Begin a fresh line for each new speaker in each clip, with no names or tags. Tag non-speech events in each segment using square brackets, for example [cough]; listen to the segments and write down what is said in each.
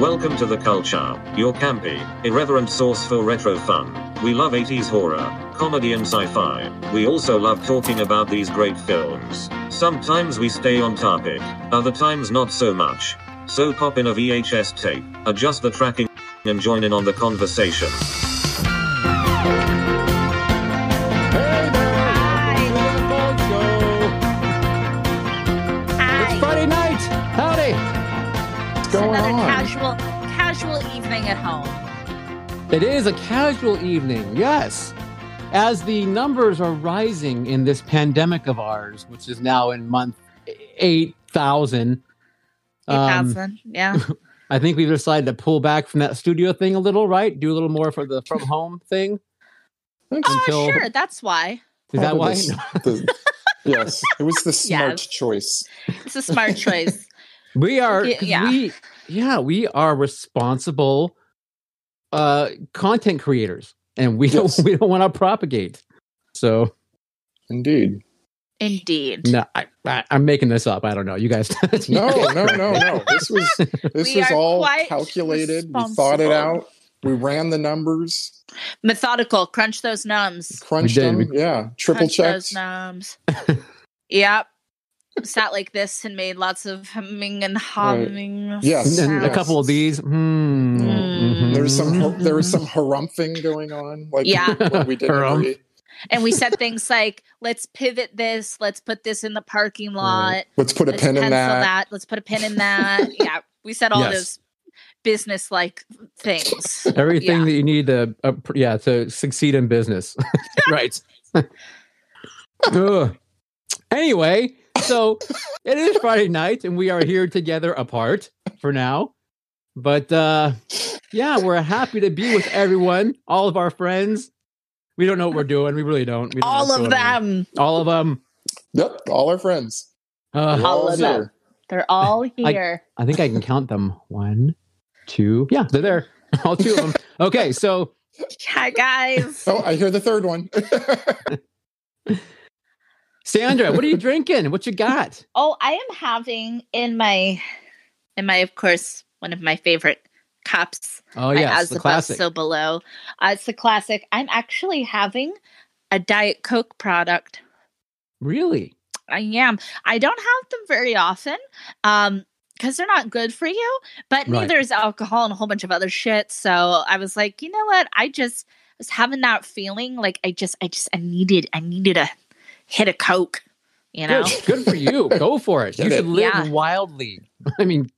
Welcome to the culture, your campy, irreverent source for retro fun. We love 80s horror, comedy, and sci fi. We also love talking about these great films. Sometimes we stay on topic, other times not so much. So pop in a VHS tape, adjust the tracking, and join in on the conversation.
Hey there!
Hi.
Welcome to the Bug Show. It's
Hi.
Friday night. Howdy. What's
It's
going
another
on?
casual casual evening at home.
it is a casual evening. Yes. As the numbers are rising in this pandemic of ours, which is now in month eight thousand. Um,
8,000.
[laughs]
yeah.
I think we've decided to pull back from that studio thing a little, right? Do a little more for the from home thing.
Oh,
until-
sure. That's why.
Is that why?
Probably the- yes, it was the
[laughs]
smart
Yes.
choice.
It's a
[laughs]
smart choice.
We are,
Y-
'cause
yeah.
we, yeah, we are responsible uh content creators, and we
Yes.
don't [laughs] we don't want to propagate. So
Indeed.
Indeed.
no, I, I I'm making this up. I don't know. You guys, [laughs]
No, no, no, no. This was this
We
was
are
all
quite
calculated. We thought it
responsible.
out. We ran the numbers,
Methodical. Crunch those numbs.
crunched
We did.
them. yeah, triple
Crunch
checked.
those numbs.
[laughs]
yep. Sat like this and made lots of humming and humming.
Yes.
And a [laughs]
sounds.
couple of these. Hmm.
Mm.
There was some
mhm.
har- there was some harumphing going on. Like
Yeah.
[laughs] when we did
Harumph.
agree.
And we said things like, let's pivot this, let's put this in the parking lot.
Right. Let's put a
Let's
pin in
pencil
that.
Let's put a pin
[laughs]
in that. yeah, we said all
Yes.
those business like
[laughs]
things.
Everything
Yeah.
that you need to, uh, pr- yeah, to succeed in
[laughs]
business. right. Ugh. Anyway, so it is Friday night, and we are here together apart for now. But uh, yeah, we're happy to be with everyone, all of our friends. We don't know what we're doing. We really don't. We don't know
All
what's
of
going on.
them.
All of them.
Yep, all our friends.
Uh,
We're
All of them.
here.
They're all here.
[laughs] I think I can count them. One, two. Yeah, they're there. All two
[laughs]
of them. Okay, so [laughs]
Hi guys.
Oh, I hear the third one.
Sandra, what are you drinking? What you got?
Oh, I am having in my in my of course one of my favorite cups.
Oh
I
yes,
as
the
above,
classic.
so below. Uh, it's the classic. I'm actually having a Diet Coke product.
really?
I am. I don't have them very often um because they're not good for you, but
Right.
neither is alcohol and a whole bunch of other shit. So I was like, you know what? I just was having that feeling like I just, I just, I needed, I needed a hit of Coke, you know? [laughs]
Good. Good for you. Go for it. You
Get it.
should live
Yeah.
wildly. [laughs] I mean,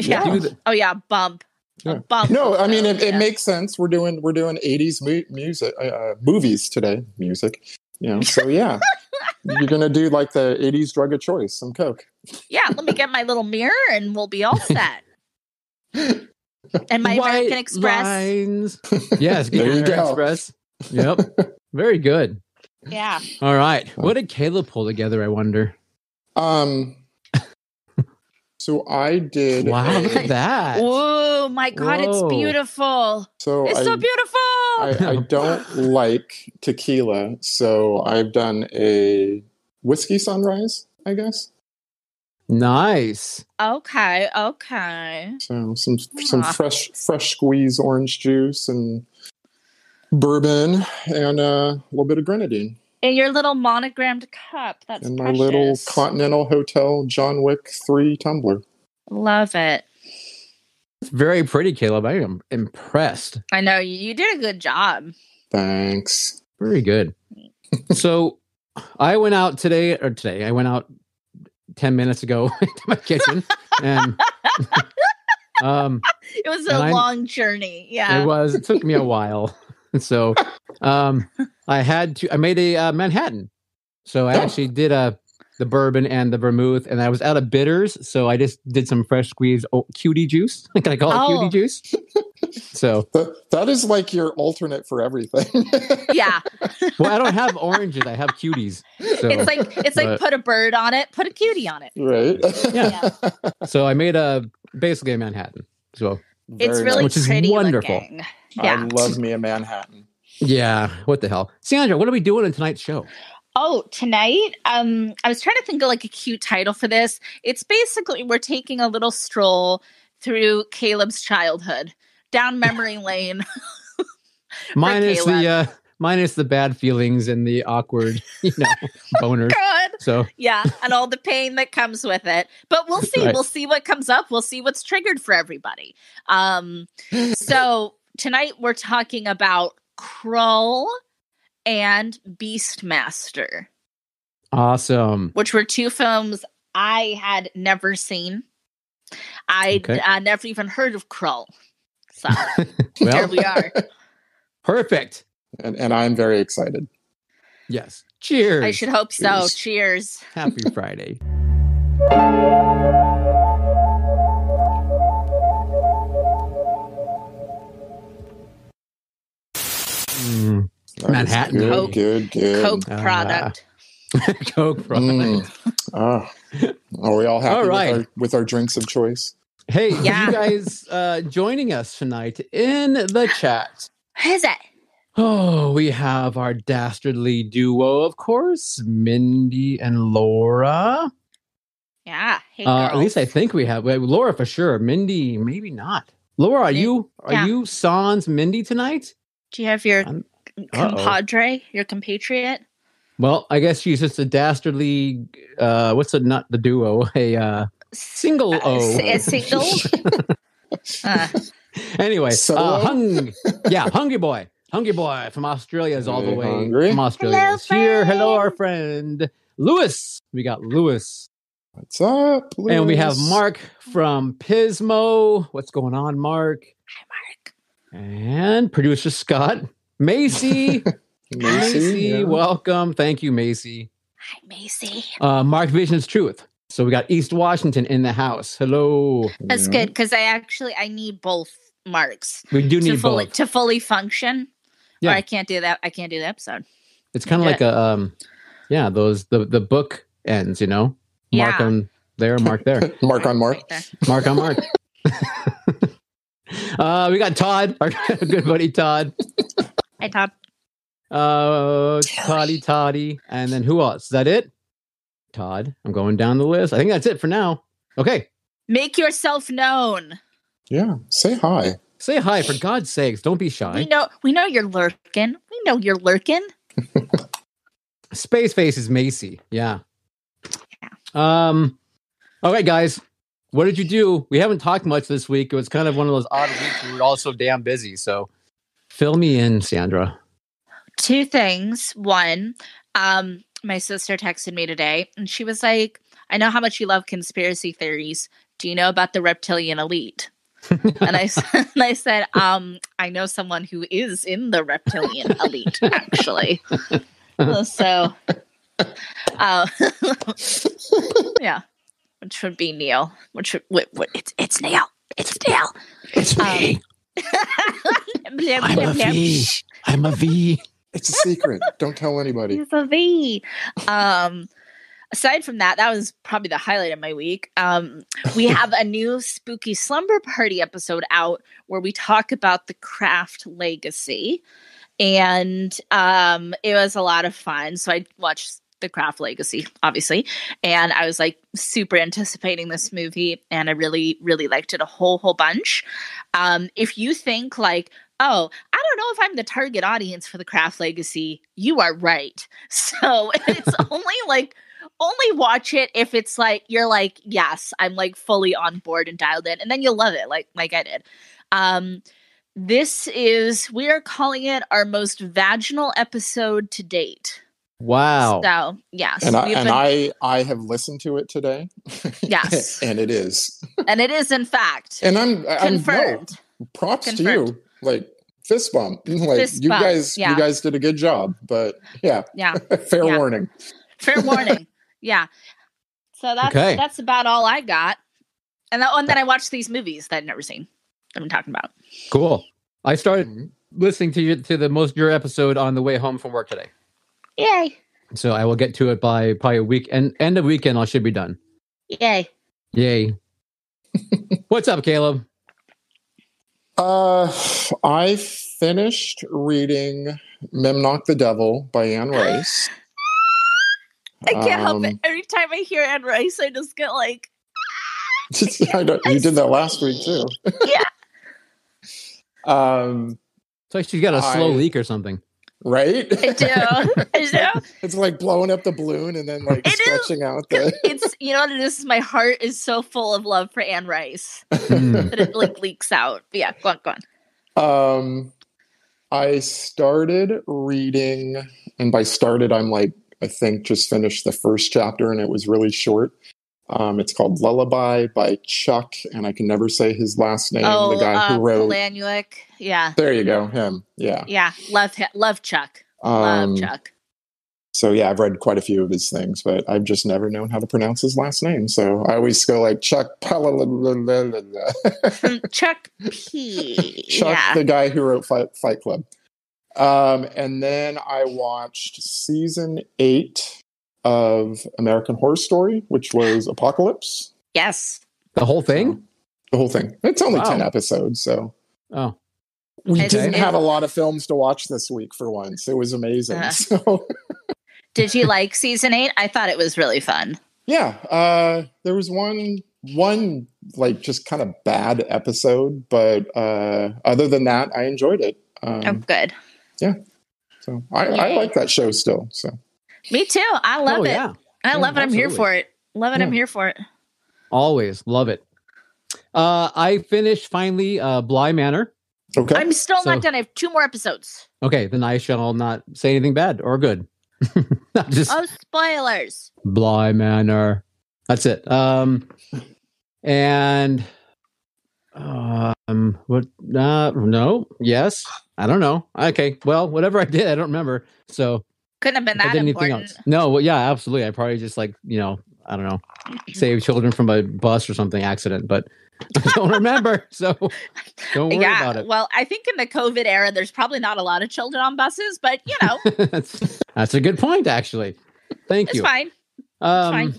yeah.
do the,
Oh, yeah. Bump. A
Yeah.
Bump.
No,
[laughs]
I mean
also,
it, it
yeah.
makes sense. We're doing we're doing eighties mu- music uh, uh, movies today, music. You know, so yeah, you're gonna do like the eighties drug of choice, some coke.
Yeah. Let me get my little mirror and we'll
[laughs]
be all set. and my
white
American Express.
[laughs]
lines. Yes, get
There you
American
go.
Express. Yep. Very good.
Yeah.
All right. What did Caleb pull together? I wonder.
Um, so I did.
Wow, look [laughs]
a-
at that.
Oh, my God.
Whoa.
It's beautiful.
so
It's
Oh, I,
so beautiful.
I, I don't like tequila, so I've done a whiskey sunrise, I guess.
Nice.
Okay, okay.
So some some
Aw.
fresh fresh squeeze orange juice and bourbon and uh, a little bit of grenadine.
In your little monogrammed cup. That's
in my
precious.
little Continental Hotel John Wick 3 tumbler.
Love it.
It's very pretty, Caleb. I am impressed.
I know you, you did a good job.
Thanks.
Very good. so I went out today or today, I went out 10 minutes ago [laughs] to my kitchen
[laughs]
and [laughs] um
It was
And
a
I-
long journey.
it
Yeah.
was it took me a while. [laughs] And so um I had to I made a uh, Manhattan. So I
Oh.
actually did a the bourbon and the vermouth and I was out of bitters, so I just did some fresh squeezed oh, cutie juice. [laughs] Like I call it
Oh.
cutie juice.
[laughs]
So,
That, that is like your alternate for everything.
[laughs]
[laughs]
yeah.
well, I don't have oranges. I have cuties. So
It's like it's like
But-
put a bird on it, put a cutie on it.
[laughs] right?
Yeah.
so I made a basically a Manhattan. So
It's
Very
really
Which is
pretty
wonderful.
looking.
nice. I
Yeah.
love me a Manhattan.
yeah, what the hell, Sandra? What are we doing in tonight's show?
Oh, tonight, um, I was trying to think of like a cute title for this. It's basically we're taking a little stroll through Caleb's childhood,
[laughs]
down memory lane. [laughs]
minus
Caleb.
the uh, minus the bad feelings and the awkward, [laughs] you know, boners.
God.
So
Yeah, and all the pain that comes with it. But we'll see.
Right.
We'll see what comes up. We'll see what's triggered for everybody.
[gasps]
Um, so tonight we're talking about Krull and Beastmaster, [laughs]
awesome.
which were two films I had never seen. I
Okay.
uh, never even heard of Krull. So [laughs] there
[laughs] Well,
we are.
perfect.
and, and I'm very excited.
Yes. Cheers. [laughs]
I should hope so.
Cheers.
Cheers.
Happy
[laughs]
Friday. [laughs] Mm,
That was
Manhattan.
Good,
Coke.
good, good.
Coke
Ah.
product.
Coke product.
Mm. Ah. are we all happy
All right.
with, our, with our drinks of choice?
Hey, for
Yeah.
you guys uh, joining us tonight in the chat.
What is it?
Oh, we have our dastardly duo, of course, Mindy and Laura.
Yeah. Hey,
Uh, at least I
girls.
think we have well, Laura for sure. Mindy, maybe not. Laura, are
Min-
you are
yeah.
you sans Mindy tonight?
Do you have your
I'm- Um, Uh-oh.
compadre, your compatriot?
Well, I guess she's just a dastardly. Uh, what's a not the duo? [laughs] A uh, single oh.
Uh,
O.
s-
[laughs]
a single? [laughs] Uh,
anyway,
Solo?
uh,
[laughs]
hung, yeah, hungry boy, hungry boy from Australia is all the
Hey,
way
hungry.
from Australia.
Hello,
is here, hello, our
friend.
friend Lewis. We got Lewis,
What's up?
and we have
Lewis?
Mark from Pismo. What's going on, Mark?
hi, Mark.
And producer Scott, Macy,
[laughs] Macy.
Macy,
yeah.
welcome. Thank you, Macy.
Hi, Macy.
Uh, Mark Vision's Truth. So we got East Washington in the house. Hello.
That's
Yeah.
good because I actually I need both marks
We do
to
need
fully
both.
to fully function. Yeah.
Yeah.
Or I can't do that. I can't do the episode.
It's kind of
Yeah.
like a um, yeah. Those the the book ends. You know, mark
Yeah.
on there, mark there,
Mark on Mark.
Right there.
mark on
[laughs]
mark. [laughs] uh, we got Todd, our [laughs] good buddy Todd.
Hi, Todd.
Uh, Toddy Toddy, and then who else? Is that it? Todd. I'm going down the list. I think that's it for now. Okay.
Make yourself known.
Yeah. Say hi.
Say hi for God's sakes. Don't be
We
shy.
know we know you're lurking. We know you're lurking.
Space Face is Macy. Yeah. Um. All right, guys. What did you do? We haven't talked much this week. It was kind of one of those odd weeks. We were all so damn busy. So fill me in, Sandra.
two things. One, um, my sister texted me today and she was like, I know how much you love conspiracy theories. Do you know about the reptilian elite? and I s- [laughs] and I said, um, I know someone who is in the reptilian elite, actually. so uh, [laughs] yeah. Which would be Neil. Which would, wh- wh- it's it's Neil. It's Neil.
It's
me. Blah, blah, blah.
I'm a V.
It's
[laughs]
a secret. Don't tell anybody.
He's a V. Um, aside from that, that was probably the highlight of my week. Um, we have a new spooky slumber party episode out where we talk about the craft legacy, and um, it was a lot of fun. So I watched the craft legacy, obviously, and I was like super anticipating this movie, and I really, really liked it a whole, whole bunch. Um, if you think like oh, I don't know if I'm the target audience for the Craft Legacy. You are right. [laughs] So it's only like only watch it if it's like you're like, yes, I'm like fully on board and dialed in, and then you'll love it, like like I did. Um this is we are calling it our most vaginal episode to date.
Wow.
So yes.
And I
we've
and
been-
I I have listened to it today.
Yes.
[laughs] and it is.
[laughs] and it is in fact
And I'm I- I'm no,
confirmed.
props
Confirmed.
to you. Like fist bump. Like
Fist
you
bump,
guys
yeah.
you guys did a good job, but yeah, [laughs]
Yeah.
fair
Yeah.
warning. [laughs]
Fair warning. yeah. So that's
Okay.
that's about all I got. And, that, oh, and then I watched these movies that I'd never seen. that I'm talking about.
Cool. I started
Mhm.
listening to your, to the most your episode on the way home from work today.
Yay!
So I will get to it by probably a week and end of weekend. I should be done.
Yay!
Yay. What's up, Caleb?
Uh, I finished reading Memnock the Devil
[gasps]
by Anne Rice. [laughs]
I can't help
Um, [laughs]
it. Every time I hear Anne Rice, I just get like
I know, you did that last week too. yeah. [laughs] Um.
It's like she's got a slow
I-
leak or something.
Right. [laughs]
I do. I do.
it's like blowing up the balloon and then like
It is.
stretching out the.
it's you know what it is my heart is so full of love for anne rice
Hmm.
that it like leaks out but yeah go on go on
Um, I started reading, and by started, I'm like, I think just finished the first chapter, and it was really short. Um, it's called Lullaby by Chuck, and I can never say his last name. the guy
uh,
who wrote.
Polanyiuk. yeah
There you go, him. Yeah.
yeah love hi- love chuck love
Um,
chuck
so yeah, I've read quite a few of his things, but I've just never known how to pronounce his last name. So I always go like Chuck. [laughs] Palalalalala.
chuck p
[laughs] Chuck,
yeah
the guy who wrote Fight, Fight Club. Um, and then I watched season eight of American Horror Story,
[gasps]
which was Apocalypse. Um,
yes
The
[laughs]
whole thing?
The whole thing. It's only
Wow.
10 episodes, so.
Oh,
We
It's-
didn't
it-
have a lot of films to watch this week for once. It was amazing.
Uh.
[laughs] So,
did you like season eight i thought it was really fun
yeah, uh, there was one one like just kind of bad episode, but uh, other than that, I enjoyed it. Um,
Mm.
oh good
So I, I
Yay.
like that show still. So
me too i love
oh
it
yeah.
i
Yeah,
love it i'm here
absolutely.
for it love it i'm
Yeah.
here for it
Always love it. Uh, I finished finally uh, Bly Manor.
okay,
i'm still
So-
not done i have two more episodes
Okay, then I shall not say anything bad or good. [laughs] Not just
oh spoilers
Bly Manor. That's it. Um, and um, what? Uh, no. Yes. I don't know. Okay. Well, whatever I did, I don't remember. So
couldn't have been
if I
that
did anything
important
else? No. Well, yeah, absolutely. I probably just like you know, I don't know, save children from a bus or something accident, but I don't remember.
[laughs]
So don't worry
yeah,
about it.
well, I think in the COVID era, there's probably not a lot of children on buses, but you
[laughs]
know,
that's, that's a good point, actually. Thank
it's
you.
fine.
Um,
fine.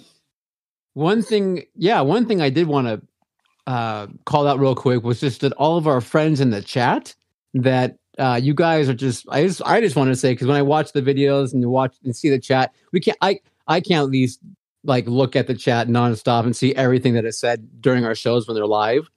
one thing, yeah, one thing I did want to uh, call out real quick was just that all of our friends in the chat that uh, you guys are just, I just, I just want to say because when I watch the videos and watch and see the chat, we can't, I, I can't at least like look at the chat nonstop and see everything that is said during our shows when they're live.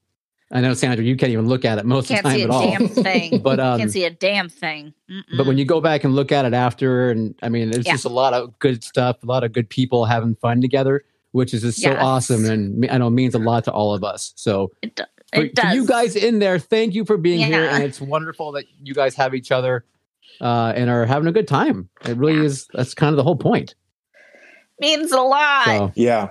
I know Sandra, you can't even look at it most of the
Can't
time
see a
at all. [laughs]
damn thing.
But um,
Can't see a damn thing. Mm-mm.
but when you go back and look at it after and i mean there's
Yeah.
just a lot of good stuff a lot of good people having fun together which is just
Yes.
so awesome and me- i know it means a lot to all of us so
it, do-
for,
it
for
does.
you guys in there thank you for being here
Yeah.
and it's wonderful that you guys have each other uh, and are having a good time it really is that's kind of the whole point
means a lot.
so
yeah,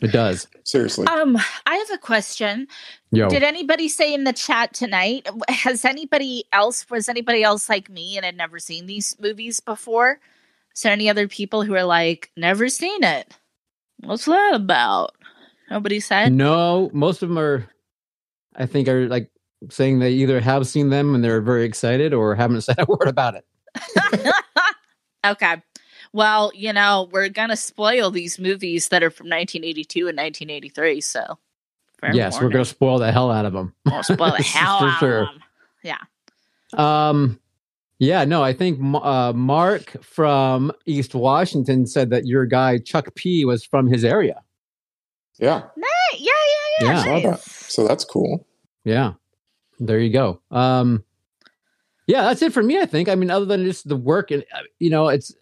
it does
seriously.
Um, I have a question.
yo
Did anybody say in the chat tonight? [laughs] Has anybody else? Was anybody else like me and had never seen these movies before? Is there any other people who are like never seen it? What's that about? Nobody said.
no most of them are i think are like saying they either have seen them and they're very excited or haven't [laughs] said a word about it
[laughs]
[laughs]
okay. Well, you know, we're going to spoil these movies that are from 1982 and 1983. So, fair
yes we're going
warning.
to spoil the hell out of them [laughs]
We'll spoil the hell
For
out
sure.
of 'em.
Um, yeah, no, I think Ma- uh, Mark from East Washington said that your guy Chuck P was from his area.
Yeah.
Hey, yeah, yeah, yeah.
Yeah.
nice.
So that's cool.
Yeah, there you go. Um, yeah, that's it for me. I think. I mean, other than just the work, and uh, you know, it's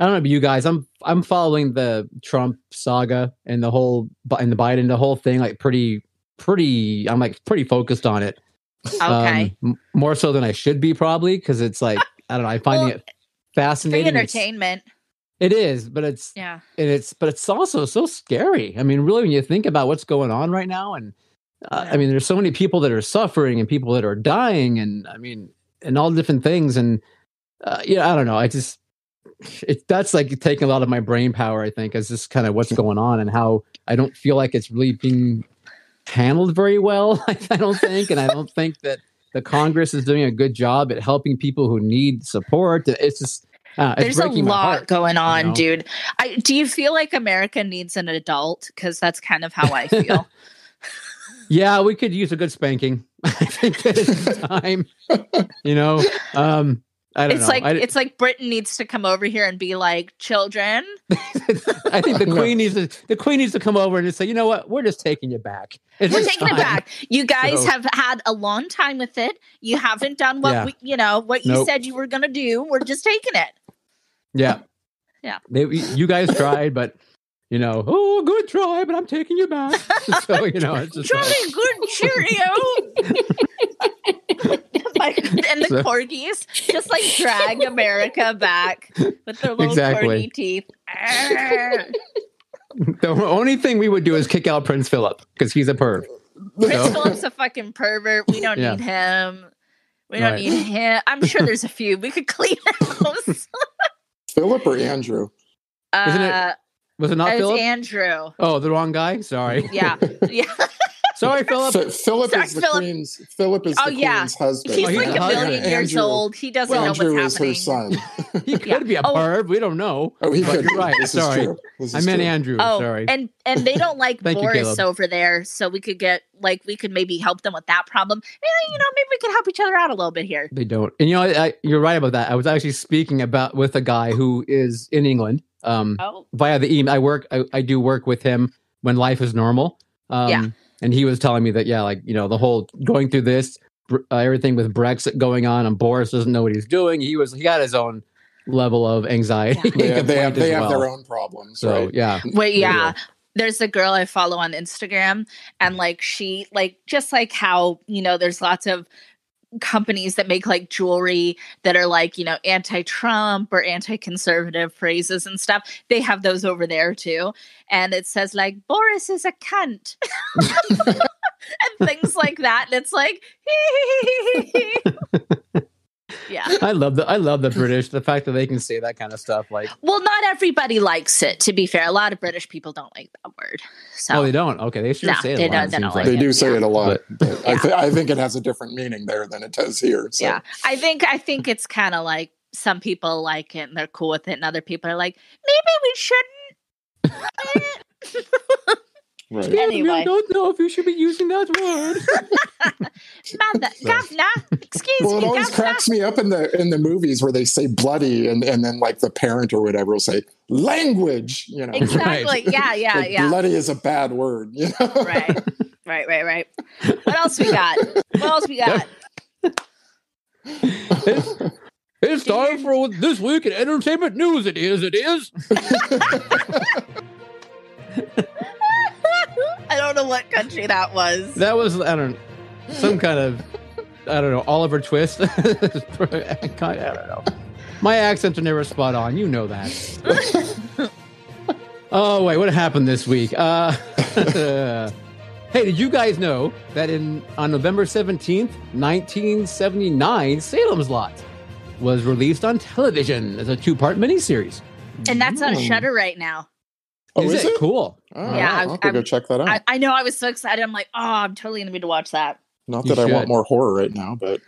I don't know about you guys. I'm I'm following the Trump saga and the whole Bi- and the Biden the whole thing like pretty pretty. I'm like pretty focused on it. um,
Okay.
m- more so than I should be probably because it's like I don't know. I find
Well,
it
Free
fascinating. It's-
entertainment.
It is, but it's
Yeah.
and it's but it's also so scary. I mean, really, when you think about what's going on right now, and uh, I
Yeah.
mean, there's so many people that are suffering and people that are dying, and I mean, and all different things, and uh, yeah, I don't know. I just it that's like taking a lot of my brain power. I think is just kind of what's going on and how I don't feel like it's really being handled very well. [laughs] I don't think, and I don't think that the Congress is doing a good job at helping people who need support. It's just uh, it's
There's a
breaking my heart.
lot going on,
know?
dude. I, do you feel like America needs an adult? Because that's kind
[laughs]
of how I feel.
Yeah, we [laughs] could use a good spanking. I think that it's time. You know, um, I don't
It's
know.
like
I,
it's like Britain needs to come over here and be like, children,
I think
[laughs]
the
No.
queen needs to the queen needs to come over and just say, you know what, we're just taking you back. It's
we're
just
taking it
time."
back. You guys
So-
have had a long time with it. You haven't done what
Yeah.
we, you know what you
Nope.
said you were gonna do. We're just taking it.
Yeah,
Yeah.
They, you guys tried, but you know, oh, good try, but I'm taking you back. [laughs] so you know, it's just like,
Jolly good cheerio.
[laughs]
Like, and the
So-
corgis just like drag America back with their little
Exactly.
corgi teeth. Arr.
the only thing we would do is kick out Prince Philip because he's a perv.
Prince
So-
Philip's a fucking pervert. We don't
Yeah.
need him. We don't
Right.
need him. I'm sure there's a few. We could clean [laughs] house.
Philip or Andrew?
Uh,
Isn't it Was it not
it's
Philip?
Andrew.
oh, the wrong guy.
[laughs]
Sorry,
Yeah. Yeah.
[laughs]
sorry, Philip.
Fi- Philip
Sorry,
is the
Philip.
queen's. Philip is
Oh,
the
yeah.
queen's husband.
He's
he's
like a
not.
million years
Andrew-
old. He doesn't know
Andrew
what's
is her
happening.
son.
He could
yeah.
be a
Oh.
perv. We don't know.
Oh, he
But
could.
you're
be.
right,
This
sorry.
is true. This
I
is
meant
true.
Andrew.
Oh,
sorry.
and and they don't like
[laughs] Thank you,
Boris
Caleb.
over there, so we could get like we could maybe help them with that problem. Eh, you know, maybe we could help each other out a little bit here.
They don't. And you know, I, I, you're right about that. I was actually speaking about with a guy who is in England um,
Oh,
via the email. I work. I, I do work with him when life is normal. Um,
Yeah.
And he was telling me that yeah, like you know, the whole going through this, br- uh, everything with Brexit going on, and Boris doesn't know what he's doing. He was. He got his own level of anxiety. [laughs]
Yeah.
and
They, they have,
complaint
they
as
have their
well.
own problems,
So
right?
yeah,
wait, yeah.
Yeah.
There's a girl I follow on Instagram, and like she, like just like how you know, there's lots of companies that make like jewelry that are like you know anti-Trump or anti-conservative phrases and stuff. They have those over there too, and it says like Boris is a cunt. [laughs] and things like that. And it's like, [laughs] yeah.
I love the I love the British. The fact that they can say that kind of stuff, like
Well, not everybody likes it. To be fair, a lot of British people don't like that word. So
oh, they don't. Okay, they should
No,
say it.
they
a lot,
don't-
it
they don't
seems
like
They do say
Yeah.
it a lot, but I,
Yeah.
th- I think it has a different meaning there than it does here. So.
yeah, I think I think it's kind of like some people like it and they're cool with it, and other people are like, maybe we shouldn't.
Right.
Yeah,
Anyway.
I don't know if you should be using that word.
Mother, governor, excuse
Well, it
me,
always
governor.
cracks me up in the in the movies where they say bloody and, and then like the parent or whatever will say language, you know.
Exactly. Yeah, yeah,
Like,
yeah.
Bloody is a bad word, you know. [laughs]
Right, right, right, right. What else we got? What else we got?
it's, it's time for this week in entertainment news. It is. It is.
I don't know what country that was.
That was I don't some kind of I don't know Oliver Twist. [laughs] I don't know. My accents are never spot on. You know that. oh wait, what happened this week? Uh, [laughs] hey, did you guys know that in on November seventeenth, nineteen seventy nine, Salem's Lot was released on television as a two part miniseries.
and that's on
Mm.
Shutter right now.
Oh, is, it?
cool?
Oh,
Yeah,
I'll have to
I'm-
go check that out.
I, I know. I was so excited. I'm like, oh, I'm totally in the mood to watch that.
Not
You
that I
should.
want more horror right now, but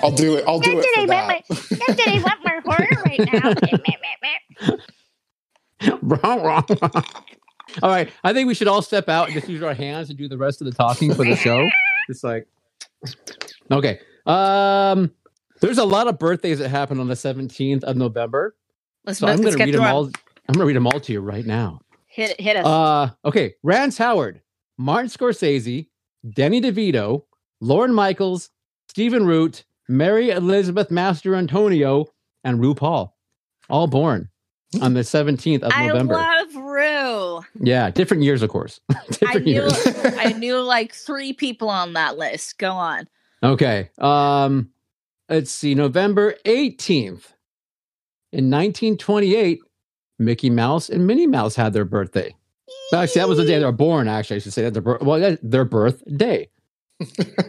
I'll
[laughs]
do it. I'll do it for that. [laughs]
Not that I want more horror right now.
[laughs] wrong, wrong, wrong. All right, I think we should all step out and just use our hands and do the rest of the talking for the show. It's like, okay. Um, there's a lot of birthdays that happened on the 17th of November,
Let's,
so
move,
I'm
let's
going to read
get through
them
'em.
all. I'm going to read them all to you right now.
Hit it, hit us.
Uh, okay, Rance Howard, Martin Scorsese, Denny DeVito, Lauren Michaels, Stephen Root, Mary Elizabeth Master Antonio, and RuPaul, all born on the 17th of
I
November.
love Rue.
Yeah, different years, of course. [laughs]
I
different
knew,
years.
I knew like three people on that list. Go on.
Okay. Um, let's see. November eighteenth, in nineteen twenty-eight, Mickey Mouse and Minnie Mouse had their birthday. Actually, that was the day they were born. Actually, I should say that their bir- well, that, their
[laughs]
birthday.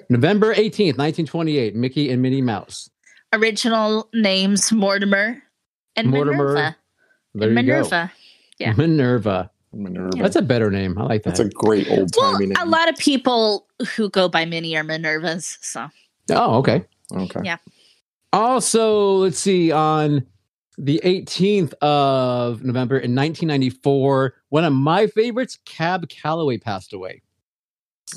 November eighteenth, nineteen twenty-eight, Mickey and Minnie Mouse.
Original names Mortimer and
Mortimer.
Minerva.
There
and
you
Minerva.
go.
yeah.
Minerva.
Minerva.
That's a better name. I like that.
That's a great old
Well,
timey
a
name.
lot of people who go by Minnie are Minervas. So
oh, okay. [laughs]
okay.
Also, let's see, on the 18th of November in 1994, one of my favorites, Cab Calloway, passed away.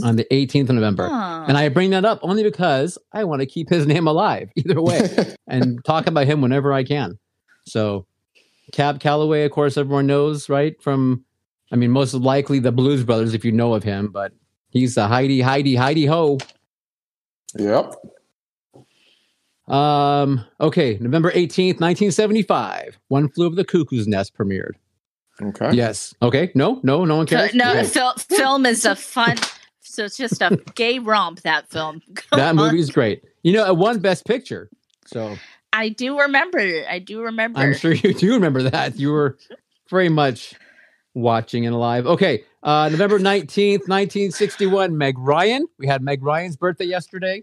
on the 18th of November.
Huh.
And I bring that up only because I want to keep his name alive [laughs] either
[laughs]
way and talk about him whenever I can. So, Cab Calloway, of course, everyone knows, right? From, I mean, most likely the Blues Brothers, if you know of him, but he's the Heidi, Heidi, Heidi Ho.
yep.
Um, okay, November 18th, 1975, One Flew Over the Cuckoo's Nest premiered.
Okay.
Yes. Okay. No, no, no one
So,
cares.
no, [laughs]
Okay.
fil- film is a fun. So it's
[laughs]
just a gay romp. That film. [laughs] Go
that
on.
movie's great. You know, it won Best Picture. So,
I do remember. it. I do remember.
I'm sure [laughs] you do remember that. You were very much watching and alive. Okay, uh, November 19th, 1961, Meg Ryan. We had Meg Ryan's birthday yesterday.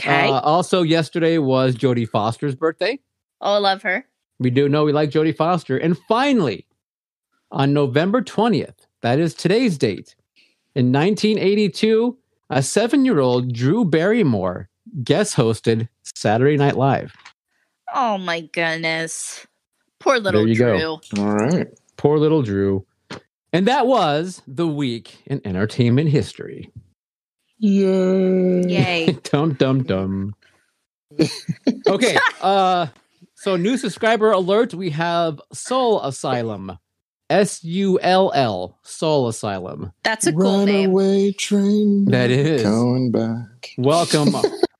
Okay.
Uh, also, yesterday was Jodie Foster's birthday.
oh, I love her.
We do know we like Jodie Foster. And finally, on November 20th, that is today's date, in 1982, a seven year old Drew Barrymore guest hosted Saturday Night Live.
Oh my goodness. Poor little
you go.
Drew.
All right.
Poor little Drew. And that was the week in entertainment history.
Yay.
Yay.
dum dum dum. okay. Uh so new subscriber alert, we have Soul Asylum. S U L L Soul Asylum.
That's a cool name.
Runaway train.
That is.
Going back. [laughs]
Welcome,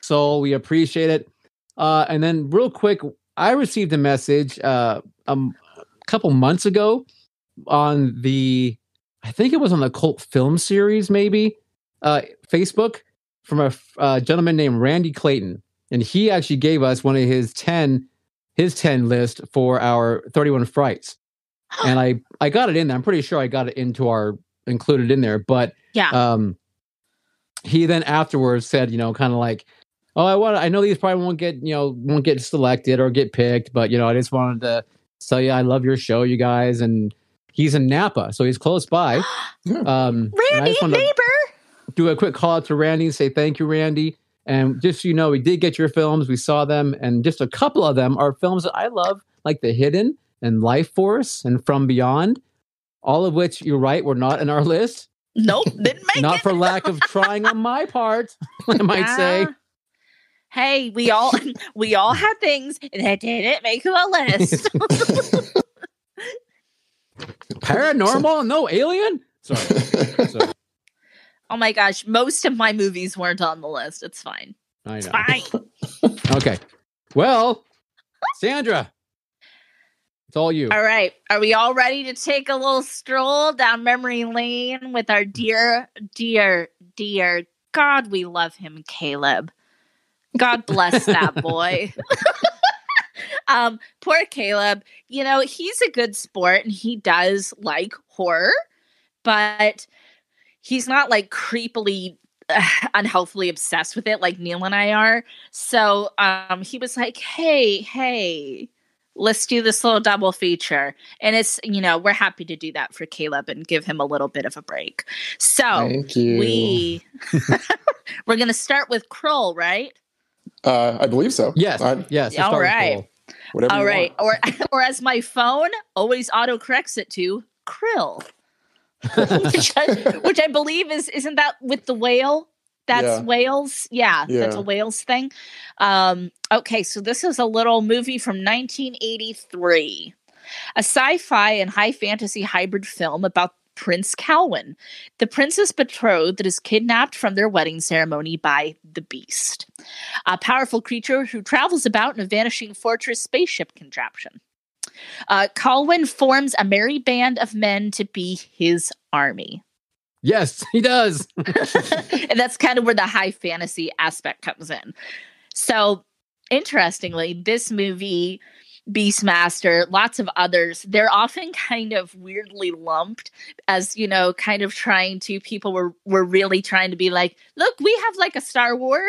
Soul. We appreciate it. Uh and then real quick, I received a message uh um, a couple months ago on the I think it was on the cult film series, maybe uh, Facebook from a f- uh, gentleman named Randy Clayton, and he actually gave us one of his ten his ten list for our thirty one frights, and I I got it in there. I'm pretty sure I got it into our included in there, but
Yeah.
um, he then afterwards said, you know, kind of like. Oh, I want. I know these probably won't get you know won't get selected or get picked, but you know I just wanted to tell you I love your show, you guys, and he's in Napa, so he's close
[gasps]
by. Um, and I
Randy,
just wanted
neighbor.
to do a quick call out to Randy and say thank you, Randy. And just so you know, we did get your films. We saw them, and just a couple of them are films that I love, like The Hidden and Life Force and From Beyond, all of which you're right were not in our list. [laughs]
Nope, didn't make
not
it.
for lack of trying on my part, [laughs] I might say.
Ah. Hey, we all [laughs] we all had things that didn't make a
[laughs]
list.
Paranormal? No, Alien? Sorry.
[laughs]
So,
oh my gosh, most of my movies weren't on the list. It's fine.
I
It's
know.
fine.
Okay. Well, Sandra, it's all you.
All right. Are we all ready to take a little stroll down memory lane with our dear, dear, dear God, we love him, Caleb. God bless that boy. [laughs] um, poor Caleb. You know, he's a good sport and he does like horror, but he's not like creepily [sighs] uh, unhealthily obsessed with it like Neil and I are. So um he was like, "Hey, hey, let's do this little double feature." And it's, you know, we're happy to do that for Caleb and give him a little bit of a break. So,
Thank you.
Oh,
[laughs]
we [laughs] we're gonna start with Kroll, right?
Uh, I believe so.
Yes.
I,
yes. let's
All
start with
right.
Joel.
whatever.
All
you
right, [laughs]
want.
or or as my phone always autocorrects it to Krill,
[laughs]
which I, [laughs] which I believe is isn't that with the whale? That's
Yeah.
whales. Yeah, that's
Yeah.
a whales thing. Um, okay, so this is a little movie from 1983, a sci-fi and high fantasy hybrid film about Prince Calwyn, the prince's betrothed that is kidnapped from their wedding ceremony by the beast a powerful creature who travels about in a vanishing fortress spaceship contraption. Uh, Colwyn forms a merry band of men to be his army.
Yes, [laughs] he does.
[laughs] and that's kind of where the high fantasy aspect comes in. So, interestingly, this movie, Beastmaster, lots of others, they're often kind of weirdly lumped as, you know, kind of trying to, people were, were really trying to be like, look, we have like a Star War.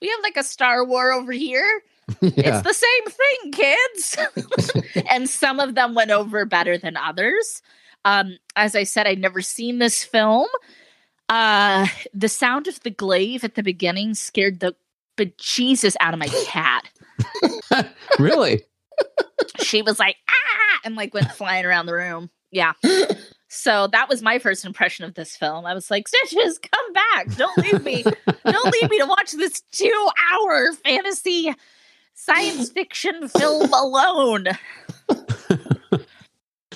We have like a Star War over here.
yeah.
It's the same thing, kids. [laughs] and some of them went over better than others. Um, as I said, I'd never seen this film. Uh, the sound of the glaive at the beginning scared the bejesus out of my cat.
really?
she was like, ah, and like went flying around the room. Yeah. so that was my first impression of this film. I was like, Stitches, come back. Don't leave me. Don't leave me to watch this two hour fantasy science fiction film alone.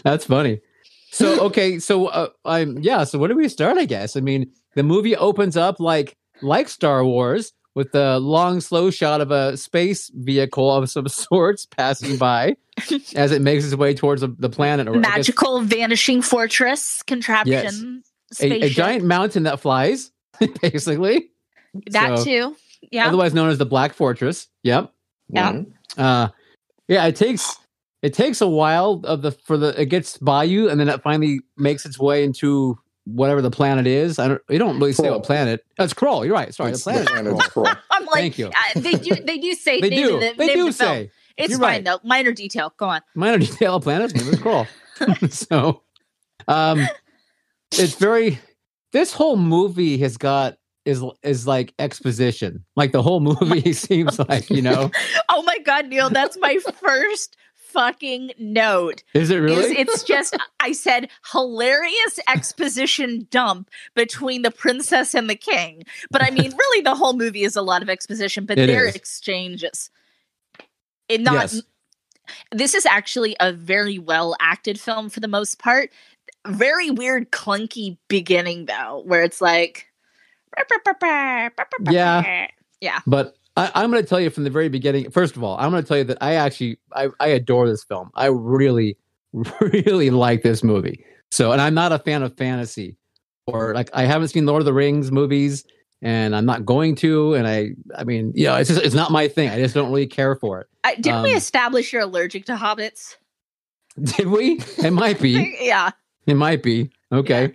That's funny.
[laughs]
So okay, so uh, I'm yeah. So where do we start? I guess. I mean, the movie opens up like like Star Wars with the long slow shot of a space vehicle of some [laughs] sorts passing
[laughs]
by as it makes its way towards the, the planet. Or I guess
Magical vanishing fortress contraption.
a, a
spaceship.
giant mountain that flies, [laughs] basically.
that
so-
too. Yeah.
Otherwise known as the Black Fortress. Yep.
Yeah.
Mhm.
Uh, yeah, it takes it takes a while of the for the it gets by you, and then it finally makes its way into whatever the planet is. I don't. You don't really say what
Kroll.
planet. That's Kroll. You're right. Sorry,
It's
the planet. is Kroll.
planet's
[laughs]
cool.
I'm like,
Thank you.
uh, they do. They do
[laughs]
say.
They
name
do.
of the-
they
name of
do
the film.
say
It's
You're
fine
right.
though. Minor detail. Go on.
minor [laughs] detail. Planet's name is
[laughs]
Kroll. [laughs] so, um, it's very. This whole movie has got is is like exposition. Like the whole
[laughs]
movie [laughs] seems like you know.
Oh my god, Neil, that's my [laughs] first fucking note.
Is it
Is
really?
it's just I said hilarious exposition dump between the princess and the king. But I mean, really the whole movie is a lot of exposition, but
It
their
is.
exchanges. It not
Yes.
this is actually a very well acted film for the most part. Very weird, clunky beginning though, where it's like
Yeah.
Yeah.
But I, I'm going to tell you from the very beginning. First of all, I'm going to tell you that I actually I, I adore this film. I really, [laughs] really like this movie. So, and I'm not a fan of fantasy, or like I haven't seen Lord of the Rings movies, and I'm not going to. And I, I mean, yeah, it's just it's not my thing. I just don't really care for it. [laughs]
I, didn't we
Um,
establish you're allergic to hobbits?
Did we? It might be.
Yeah.
It might be. Okay.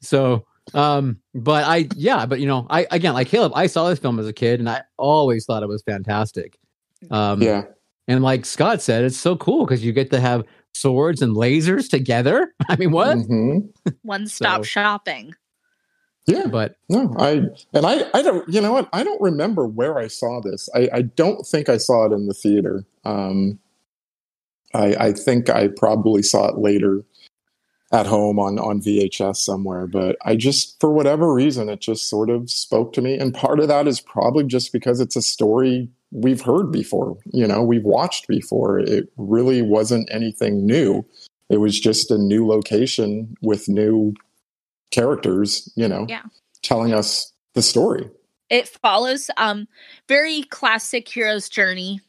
So, um, but I, yeah, but you know, I, again, like Caleb, I saw this film as a kid and I always thought it was fantastic. Um,
Yeah.
and like Scott said, it's so cool because you get to have swords and lasers together. [laughs] I mean, what?
Mhm.
One stop
So-
shopping.
Yeah.
But
No, I and I I don't you know what I don't remember where I saw this. I I don't think I saw it in the theater. Um I I think I probably saw it later at home on on VHS somewhere, but I just for whatever reason it just sort of spoke to me and part of that is probably just because it's a story we've heard before, you know, we've watched before. It really wasn't anything new. It was just a new location with new characters, you know telling us the story.
It follows um very classic hero's journey,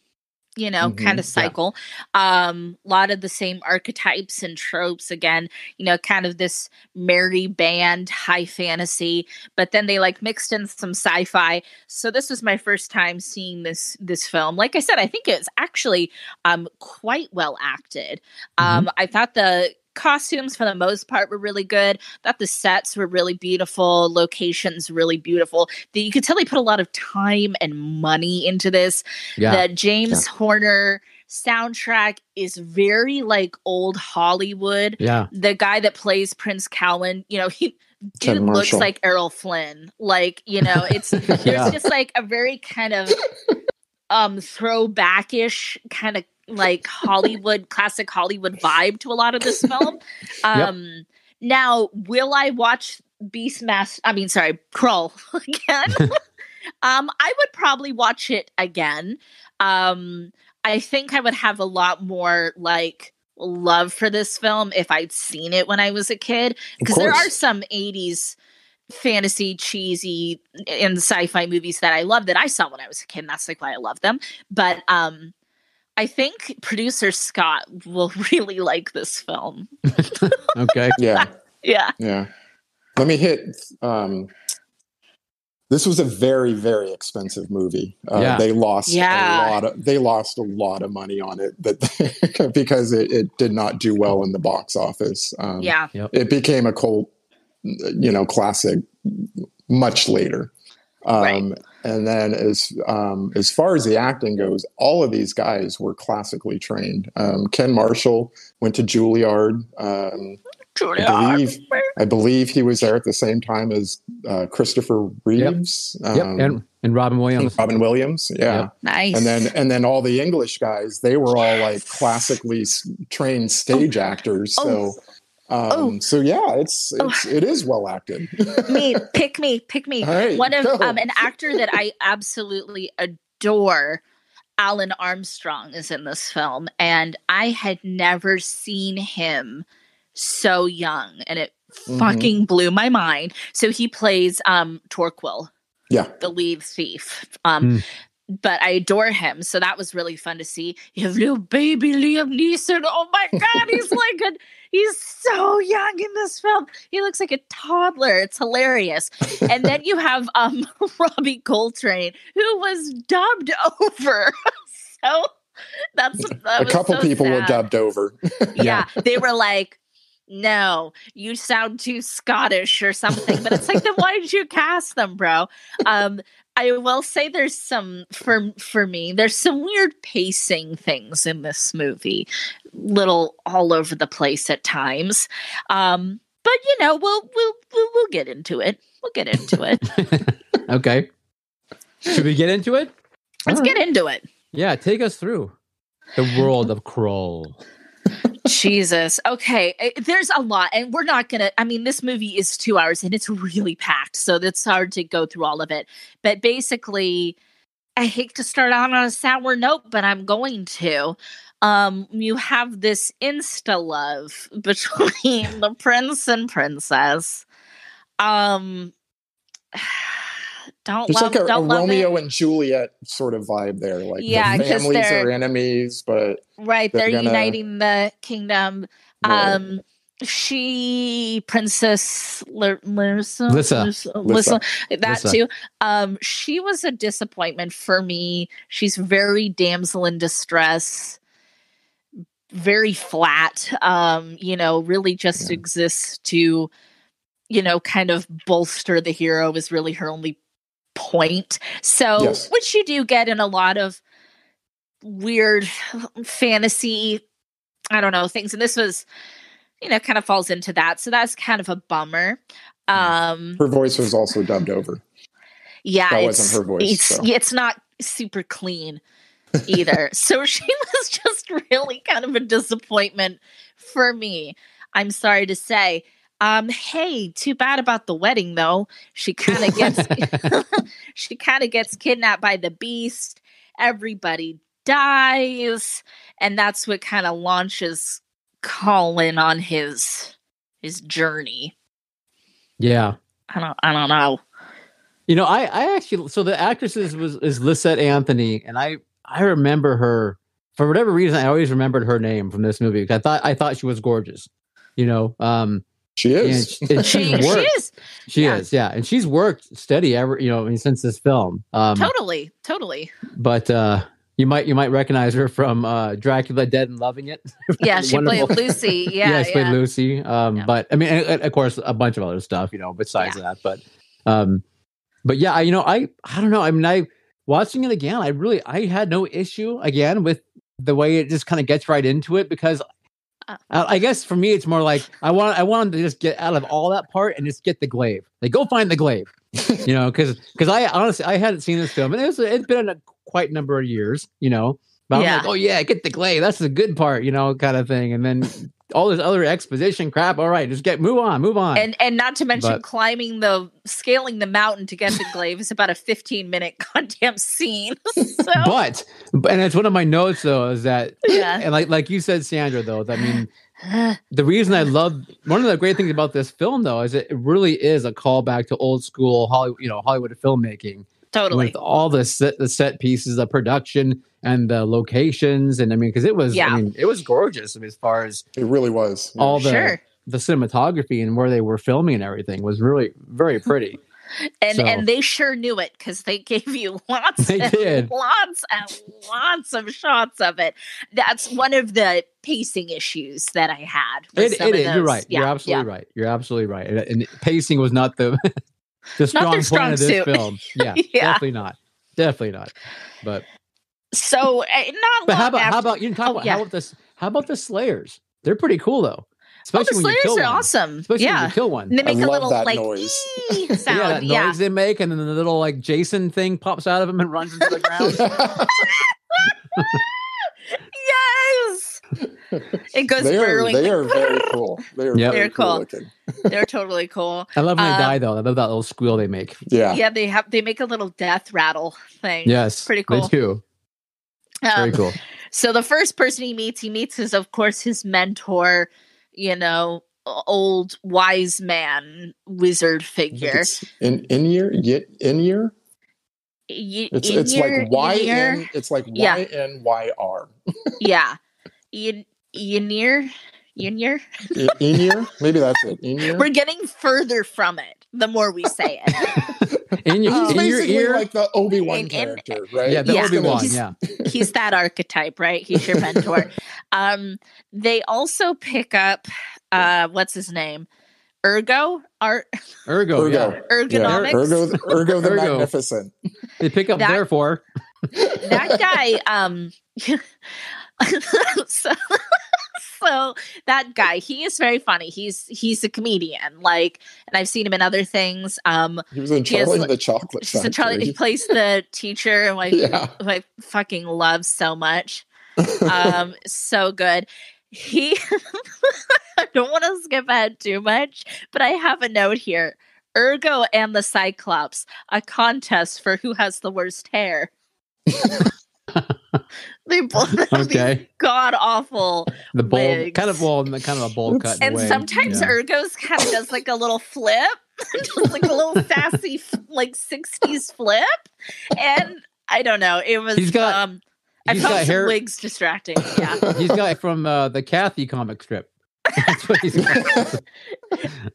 you know,
Mhm,
kind
yeah.
of cycle. Um a lot of the same archetypes and tropes again, you know, kind of this merry band high fantasy, but then they like mixed in some sci-fi. So this was my first time seeing this this film. Like I said, I think it's actually um quite well acted. Um I thought the costumes for the most part were really good. Thought the sets were really beautiful, locations really beautiful. The, you could tell they put a lot of time and money into this.
yeah,
The James Horner soundtrack is very like old Hollywood.
yeah,
The guy that plays Prince Cowan, you know, he
Ted
dude looks
Marshall.
like Errol Flynn. Like, you know, it's there's
Yeah.
just like a very kind of um throwbackish kind of like Hollywood classic Hollywood vibe to a lot of this film. Um now will I watch Beastmaster I mean sorry, Crawl [laughs] again? um I would probably watch it again. Um I think I would have a lot more like love for this film if I'd seen it when I was a kid
Of
because there are
course.
some 80s fantasy cheesy and sci-fi movies that I love that I saw when I was a kid. And that's like why I love them. But um I think producer Scott will [laughs] really like this film.
okay,
Yeah,
Yeah.
yeah. Let me hit. Um, this was a very, very expensive movie. Uh,
Yeah.
They lost
Yeah.
a lot. Of, they lost a lot of money on it, but [laughs] because it, it did not do well in the box office. Um,
Yeah.
it became a cult, you know, classic much later. Um,
Right.
And then, as um, as far as the acting goes, all of these guys were classically trained. Um, Ken Marshall went to Juilliard. Um, I believe I believe he was there at the same time as uh, Christopher Reeves, [laughs]
yep,
um,
and and Robin Williams,
and Robin Williams. Yeah,
Yep.
Nice.
and then and then all the English guys, they were all like classically s- trained stage actors. So Um,
Oh.
So yeah, it's,
Oh.
it's it is well acted.
me, pick me, pick me.
All right,
One of
go.
um, an actor that I absolutely adore, Alan Armstrong, is in this film, and I had never seen him so young, and it
Mhm.
fucking blew my mind. So he plays um Torquil,
Yeah.
the lead thief. Um, but I adore him, so that was really fun to see. You have little baby Liam Neeson. Oh my god,
[laughs]
he's like a he's so young in this film. He looks like a toddler. It's hilarious. And then you have um [laughs] Robbie Coltrane, who was dubbed [laughs] over. so that's that
A
was
couple
so
people were
sad
dubbed over.
yeah they were like no you sound too scottish or something but it's like then why did you cast them bro um i will say there's some for for me there's some weird pacing things in this movie little all over the place at times um but you know we'll we'll we'll, we'll get into it we'll get into it
Okay. Should we get into it? [laughs]
let's
All
get
right.
into it
Yeah, take us through the world of Kroll.
Jesus. Okay. eh, There's a lot. And we're not going to, I mean, this movie is two hours and it's really packed. So it's hard to go through all of it. But basically, I hate to start out on a sour note, but I'm going to. Um, you have this insta love [laughs] between the prince and princess. Um, [sighs] don't
There's
love,
like a, a
Oh, don't love it.
Romeo and Juliet sort of vibe there. Like
Yeah,
the
'cause
families
they're-
are enemies, but
Right,
They're
they're
gonna-
uniting the kingdom.
Right.
Um, she, Princess Lar- Larissa,
Lissa.
Larissa-
Lissa.
Lissa, that
Lissa.
too. Um, she was a disappointment for me. She's very damsel in distress, very flat. Um, you know, really just
Yeah.
exists to, you know, kind of bolster the hero is really her only point. So,
Yes.
which you do get in a lot of weird fantasy i don't know things and this was you know kind of falls into that so that's kind of a bummer um
her voice was also dubbed over.
yeah
That
it's,
wasn't her voice,
it's,
so.
yeah, it's not super clean
[laughs]
either so she was just really kind of a disappointment for me i'm sorry to say um hey too bad about the wedding though she kind of gets
[laughs]
[laughs] she kind of gets kidnapped by the beast. Everybody dies, and that's what kind of launches Colin on his his journey.
yeah.
I don't I don't know.
You know, I, I actually so the actresses was is Lisette Anthony, and I I remember her for whatever reason. I always remembered her name from this movie. 'cause I thought I thought she was gorgeous. You know, um,
She
and,
is.
and
She,
she's
[laughs]
she
worked.
is
She
Yeah.
is, yeah, and she's worked steady ever, you know, since this film. Um,
totally, totally.
but uh, you might you might recognize her from uh, Dracula Dead and Loving It.
Yeah, she played
Wonderful. [laughs]
Lucy. [laughs] Yeah,
she played
yeah.
Lucy. Um,
Yeah.
but I mean, and- and of course, a bunch of other stuff, you know, besides that. But, um, but yeah, I, you know, I I don't know. I mean, I watching it again, I really I had no issue again with the way it just kind of gets right into it because.
Uh.
I I guess for me, it's more like I want I want them to just get out of all that part and just get the glaive. Like, go find the
[laughs]
glaive, you know, because because I honestly I hadn't seen this film and it was it's been a quite number of years, you know. But
Yeah.
I'm like, oh yeah, get the glaive. That's the good part, you know, kind of thing. And then all this other exposition crap. All right, just get move on, move on.
And and not to mention
But-
climbing the scaling the mountain to get the glaive is about a fifteen minute [laughs] goddamn scene. [laughs] So
but and it's one of my notes though is that
yeah.
[laughs]
[sighs]
and like like you said, Sandra though. I mean, the reason I love one of the great things about this film though is it really is a callback to old school Hollywood, you know, Hollywood filmmaking
totally.
with all the set, the set pieces, the production, and the locations. And I mean, because it was,
Yeah.
I mean, it was gorgeous I mean, as far as
It really was. Yeah.
all the
Sure.
the cinematography and where they were filming and everything was really very pretty.
and
So-
and they sure knew it because they gave you [laughs] lots
They
and
did.
lots and lots of shots of it that's one of the pacing issues that i had with
It,
some
it
of
is. You're
those.
right. You're absolutely right. You're absolutely right. And, and pacing was not the [laughs] the strong
their
point
strong
of this
suit. [laughs]
film. Yeah,
Yeah.
definitely not. Definitely not. But
so uh, not
but how
long
about
after,
how about you can talk
oh,
about
yeah.
how about this? How about the Slayers? They're pretty cool though,
oh, the
especially when you
slayers
kill
are
one.
awesome
Especially when
yeah
you kill one.
and they
I
make a
love
little
that
like
noise. [laughs]
"ee"
yeah, that
sound yeah,
noise they make, and then the little like Jason thing pops out of him and
[laughs]
runs into the ground.
[laughs] yes It goes
they are,
burrowing.
they are very cool. They are
Yep.
very
They're
cool.
cool.
looking.
They're totally cool.
I love when
Uh,
they die though. I love that little squeal they make.
Yeah.
Yeah, they have they make a little death rattle thing.
Yes,
pretty cool.
They do. Very
Um,
cool.
So the first person he meets, he meets is of course his mentor, you know, o- old wise man wizard
I think
figure.
It's in in year yet in year
Y-
it's
in
it's
your
like y
ear-
n it's like
Yeah.
y n y r
yeah, in in your in your.
in in year maybe that's it in year
We're getting further from it the more we say
[laughs]
it.
In your,
He's
in your
basically
ear,
like the Obi
In-
Wan
in-
character right
yeah, that
yeah.
would be one.
He's-
Yeah,
He's that archetype, right? He's your
[laughs]
mentor. um, they also pick up uh, what's his name, Ergo Art
ergo.
Ergo
Yeah,
Ergonomics.
Ergo Ergo the
Ergo.
Magnificent
they pick up
That-
therefore.
that
[laughs]
guy um [laughs] so, so that guy he is very funny he's he's a comedian like and i've seen him in other things um
he was in
He has,
Charlie
like-
the Chocolate
he's in charlie he
Factory
plays the teacher who I,
[laughs] yeah
who I fucking love so much um so good he [laughs] i don't want to skip ahead too much but i have a note here ergo and the cyclops a contest for who has the worst hair they both have these
Okay,
god awful.
the bowl,
Wigs.
kind of well, kind of a bowl cut. in a
And
way.
sometimes
yeah.
Ergos kind of does like a little flip, [laughs] just like
[laughs]
a little sassy, f- like 60s flip. And I don't know. It was,
He's got-
um, I
he's
found
got
some
hair.
wigs distracting. Yeah.
[laughs] He's got from uh, the Kathy comic strip. [laughs] That's what he's got.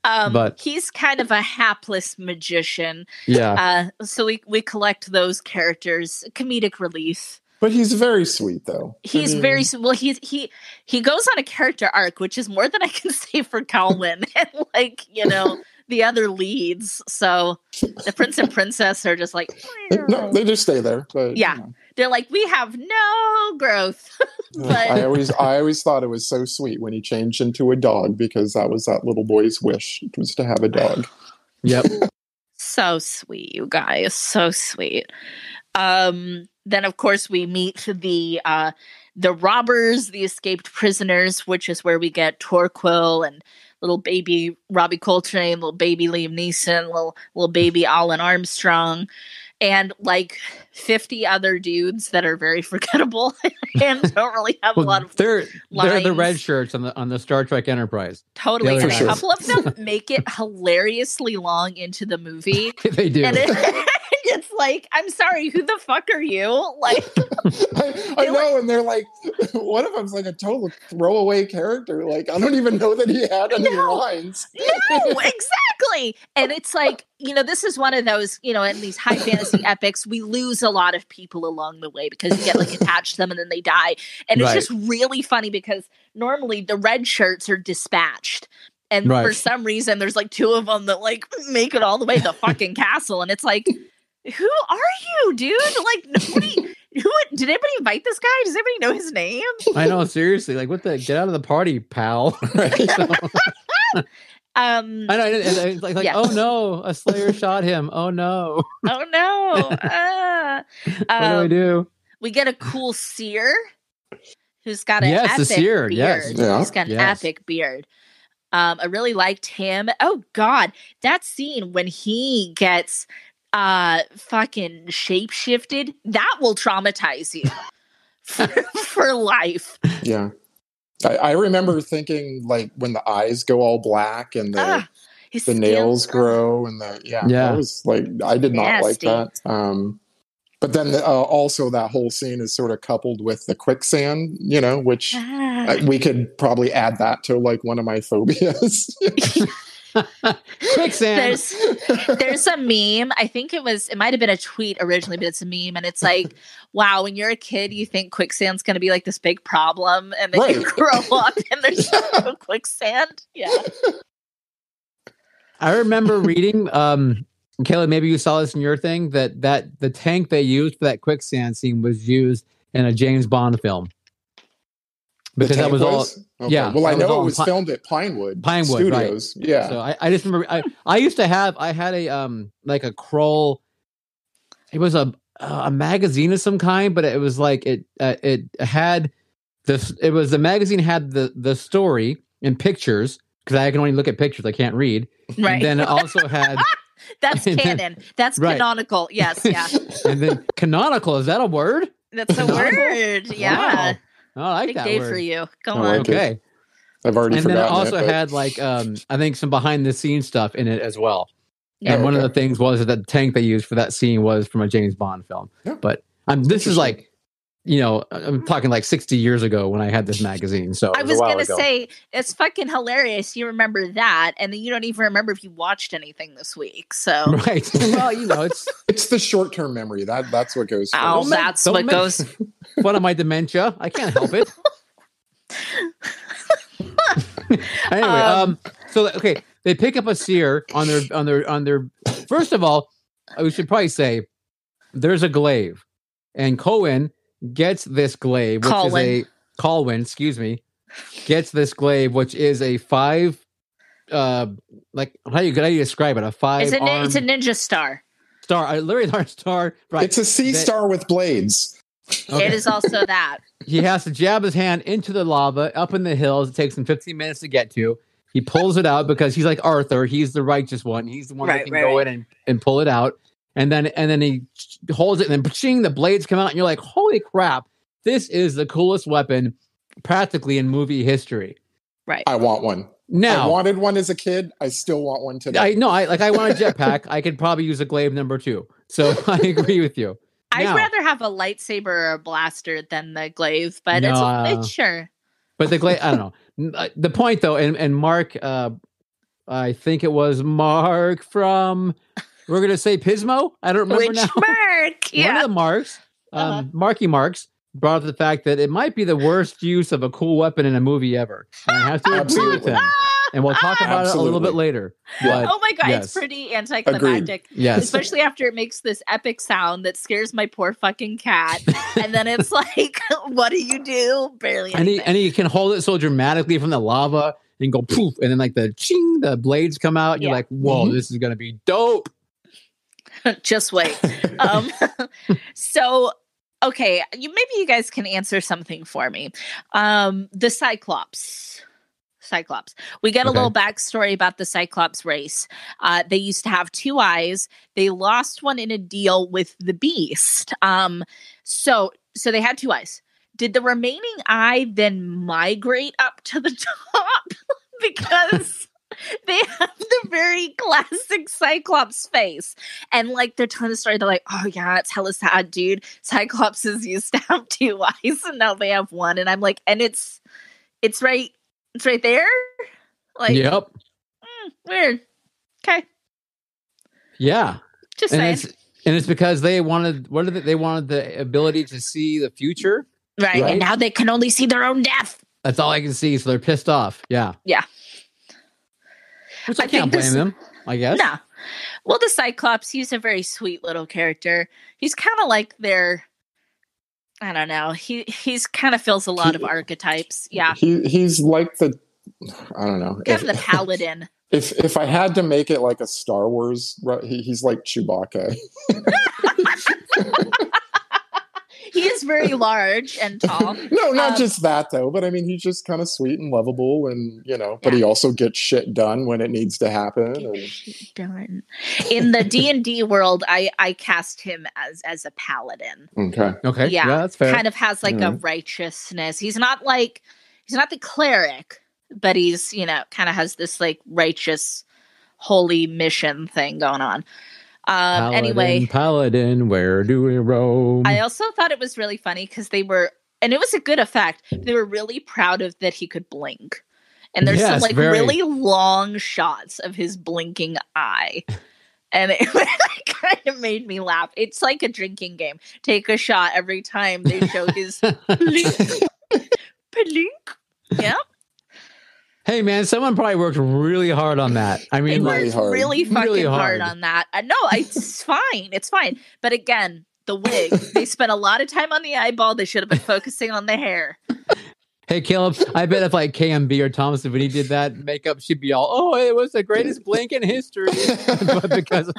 Um,
But-
he's kind of a hapless magician.
[laughs] Yeah,
Uh, so we, we collect those characters, comedic relief.
[laughs] but he's very sweet though I
He's
mean,
very s- well. He he he goes on a character arc, which is more than I can [laughs] say for Calvin [laughs] and like you know the other leads. So the prince and princess are just like
[laughs] no they just stay there but
Yeah.
you know.
they're like we have no growth. But-
I always I always thought it was so sweet when he changed into a dog because that was that little boy's wish was to have
[laughs]
a dog. [laughs]
yep.
So sweet, you guys, so sweet. Um, then of course we meet the uh the robbers, the escaped prisoners, which is where we get Torquil and little baby Robbie Coltrane, little baby Liam Neeson, little little baby Alan Armstrong, and like fifty other dudes that are
[laughs]
very [laughs] forgettable and don't really have
Well,
a lot of
they're they're the
lines.
red shirts on the on the Star Trek Enterprise. [laughs]
totally.
other
And
guys.
a couple of them
[laughs]
make it hilariously long into the movie.
they do.
And it, [laughs] it's like, I'm sorry, who the fuck are you?
[laughs]
Like,
I, I
They
know, and they're like, [laughs] one of them's like a total throwaway character. Like, I don't even know that he had any
No.
lines.
no, exactly. And it's like, you know, this is one of those, you know, in these
[laughs]
high fantasy epics, we lose a lot of people along the way because you get like attached to them and then they die. And it's
Right.
just really funny because normally the red shirts are dispatched. And
Right.
for some reason, there's like two of them that like make it all the way to
[laughs]
the fucking castle. And it's like, who are you, dude? Like, nobody. [laughs] Who did anybody invite this guy? Does anybody know his name?
I know, seriously. Like, what the? Get out of the party, pal. [laughs]
Right?
Um,
I know. And, and, and it's like, like,
Yeah.
oh no, a Slayer shot him. Oh no,
oh
[laughs]
no. Ah.
what do we
Um, [laughs]
do?
We get a cool seer who's got an
Yes, the
epic
seer,
beard.
yes.
Yeah.
He's got an
Yes.
epic beard. Um, I really liked him. Oh god, that scene when he gets uh fucking shapeshifted, that will traumatize you [laughs] for,
[laughs]
for life.
Yeah. I, I remember thinking, like, when the eyes go all black and the,
Ah, his
the
skin-
nails grow and the, yeah,
Yeah.
that was like, I did not like
Nasty.
that. Um, but then uh, also that whole scene is sort of coupled with the quicksand, you know,
[laughs]
which
Ah.
uh, we could probably add that to like one of my phobias. [laughs]
Quicksand.
[laughs] There's there's a meme. I think it was it might have been a tweet originally, but it's a meme and
[laughs]
it's like, wow, when you're a kid, you think quicksand's gonna be like this big problem, and then you [laughs]
Right.
grow up
[laughs]
and there's no quicksand. Yeah.
I remember reading, um, Kelly, maybe you saw this in your thing that that the tank they used for that quicksand scene was used in a James Bond film because that
tank
was all.
Okay.
yeah,
Well, I
that was
know
all
it
in
was
Pi-
filmed at Pinewood
Pinewood, right.
Studios. Yeah.
So I, I just remember I, I used to have I had a um like a crawl. It was a a magazine of some kind, but it was like it uh, it had This it was the magazine had the the story and pictures because I can only look at pictures. I can't read.
Right.
And then it also had [laughs]
That's
and then-
canon. That's
Right.
canonical.
[laughs]
Yes. Yeah.
and then canonical. Is that a word?
That's a
Canonical?
word. Yeah.
Oh, Wow. I like
Big
that
day
word.
for you. Go
I
on.
like it.
Okay.
I've already
and then it
forgotten.
also
it, but-
had like um i think some behind the scenes stuff in it as well and
Yeah.
one of the things was that the tank they used for that scene was from a james bond film
Yeah.
but um, this is
Interesting.
like you know i'm talking like 60 years ago when i had this magazine so
I
it
was
a while
gonna
ago.
say it's fucking hilarious. You remember that, and then you don't even remember if you watched anything this week. So,
[laughs] right well you know [laughs] it's
it's the short term memory that that's what goes.
Ow,
first.
that's
don't
what
make-
goes.
one of my dementia i can't help
[laughs]
it anyway um,
Um,
so okay they pick up a seer on their on their on their first of all we should probably say there's a glaive and cohen gets this glaive which is
Colwyn.
a colwyn excuse me gets this glaive which is a five uh like how you could how do you describe it a five
It's a, nin- it's a
armed
ninja star.
star a literally armed star right
It's a sea
That-
star with blades.
Okay.
It is also that.
he has to jab his hand into the lava up in the hills. It takes him 15 minutes to get to. He pulls it out because he's like Arthur. He's the righteous one. He's the one
Right,
that can
right,
go
right.
in and, and pull it out. And then and then he holds it and then ching, the blades come out and you're like, holy crap, this is the coolest weapon practically in movie history.
Right.
Uh,
I want one. I
Now
wanted one as a kid. I still want one today.
I know I like I want a jetpack. I could probably use a glaive number two. So [laughs] I agree with you.
I'd
Now-
rather have a lightsaber or a blaster than the glaive, but it's,
Nah.
it's sure.
But the gla- I don't know. N- uh, The point though, and and Mark, uh, I think it was Mark from. We're gonna say Pismo. I don't remember
Which
now. [laughs]
mark?
One
Yeah. [laughs]
of the marks, um,
Uh-huh.
Marky Marks, brought up the fact that it might be the worst use of a cool weapon in a movie ever. And I have to agree with
Absolutely.
him. And we'll talk about it a little bit
Absolutely.
later.
Yeah.
But
oh my god,
yes.
it's pretty anticlimactic.
yes,
Especially after it makes this epic sound that scares my poor
[laughs]
fucking cat. and then it's like, [laughs] what do you do? Barely
and he
anything.
and he can hold it so dramatically from the lava and go poof, and then like the ching, the blades come out. And You're
Yeah. Mm-hmm.
like, whoa,
Mhm.
this is gonna be dope.
Just wait. Um, so, okay, you maybe you guys can answer something for me. Um, the Cyclops. Cyclops. We get a
Okay.
little backstory about the Cyclops race. Uh, they used to have two eyes. They lost one in a deal with the Beast. Um, so, so they had two eyes. Did the remaining eye then migrate up to the top [laughs] because they have the very classic Cyclops face? And like they're telling the story, they're like, "Oh yeah, it's hella sad, dude. Cyclopses used [laughs] to have two eyes, and now they have one." And I'm like, "And it's, it's right, it's right there." Like,
yep.
weird. Okay,
Yeah.
just
and
saying.
it's and it's because they wanted what did they, they wanted the ability to see the future.
Right.
right.
and now they can only see their own death.
That's all I can see, so they're pissed off. Yeah,
Yeah.
Which I,
I
can't blame
think this-
them. I guess.
Nah. Well, the Cyclops, he's a very sweet little character. He's kind of like their. I don't know. He he's kind of fills a lot of
He-
archetypes. Yeah,
He he's like the I don't know.
kind of the paladin.
If if I had to make it like a Star Wars, ru- he, he's like Chewbacca. [laughs]
he is very large
[laughs]
and tall. [laughs]
No, not
Um,
just that though, but I mean he's just kind of sweet and lovable, and you know, but he also gets shit done when it needs to happen.
[laughs]
And
Darn. In the D and D world, I I cast him as as a paladin.
okay, [laughs]
Okay. Yeah.
Yeah,
that's fair. Mm-hmm.
Kind of has like a
Mhm.
righteousness. He's not like he's not the cleric, but he's you know kind of has this like righteous, holy mission thing going on. Um.
Paladin,
Anyway,
Paladin, where do we roam?
I also thought it was really funny because they were, and it was a good effect. They were really proud of that he could blink. And there's some
Yes,
like
very.
really long shots of his blinking eye. And it [laughs] kind of made me laugh. It's like a drinking game. Take a shot every time they show his blink. blink. Yeah.
hey, man, someone probably worked really hard on that. I
It
mean, like,
really
was
hard.
really
Really
fucking
hard.
hard. on that. Uh, no, it's fine. It's fine. But again, the wig. they spent a lot of time on the eyeball. They should have been focusing on the hair.
hey, Caleb, I bet if like KMB or Thomas Savini did that makeup, she'd be all, "Oh, it was the greatest blink in history," [laughs] but because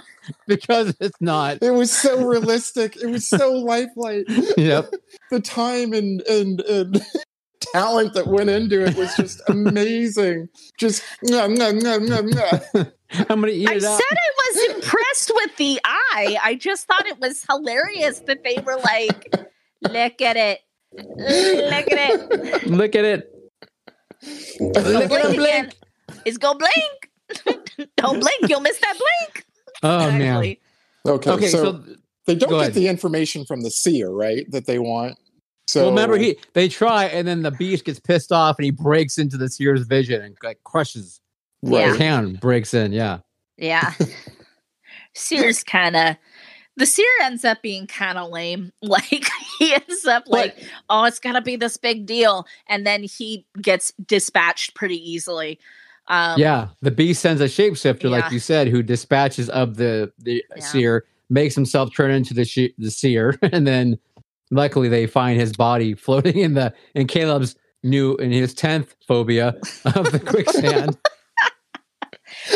because it's not.
it was so realistic. It was so lifelike.
Yep.
The time and [laughs] and and talent that went into it was just amazing. Just no, no, no, no, no.
I'm gonna eat
I
it
said
up.
I was impressed with the eye. I just thought it was hilarious that they were like, look at it. Look at it.
Look at it. Look at him blink.
It's go blink. [laughs] Don't blink. You'll miss that blink.
Oh man.
Actually,
[laughs] Okay,
Okay,
so,
so
they don't
go
get
ahead.
the information from the seer, right? That they want. So
well, remember he they try and then the beast gets pissed off and he breaks into the seer's vision and like crushes
Yeah.
his hand breaks in. Yeah.
Yeah.
[laughs]
Sears kind of. The seer ends up being kind of lame. [laughs] Like he ends up like, oh, it's gonna be this big deal, and then he gets dispatched pretty easily. Um,
yeah. The beast sends a shapeshifter, like
yeah.
you said, who dispatches of the the
Yeah.
seer, makes himself turn into the she- the seer, [laughs] and then luckily they find his body floating in the in Caleb's new in his tenth phobia of
[laughs]
the quicksand.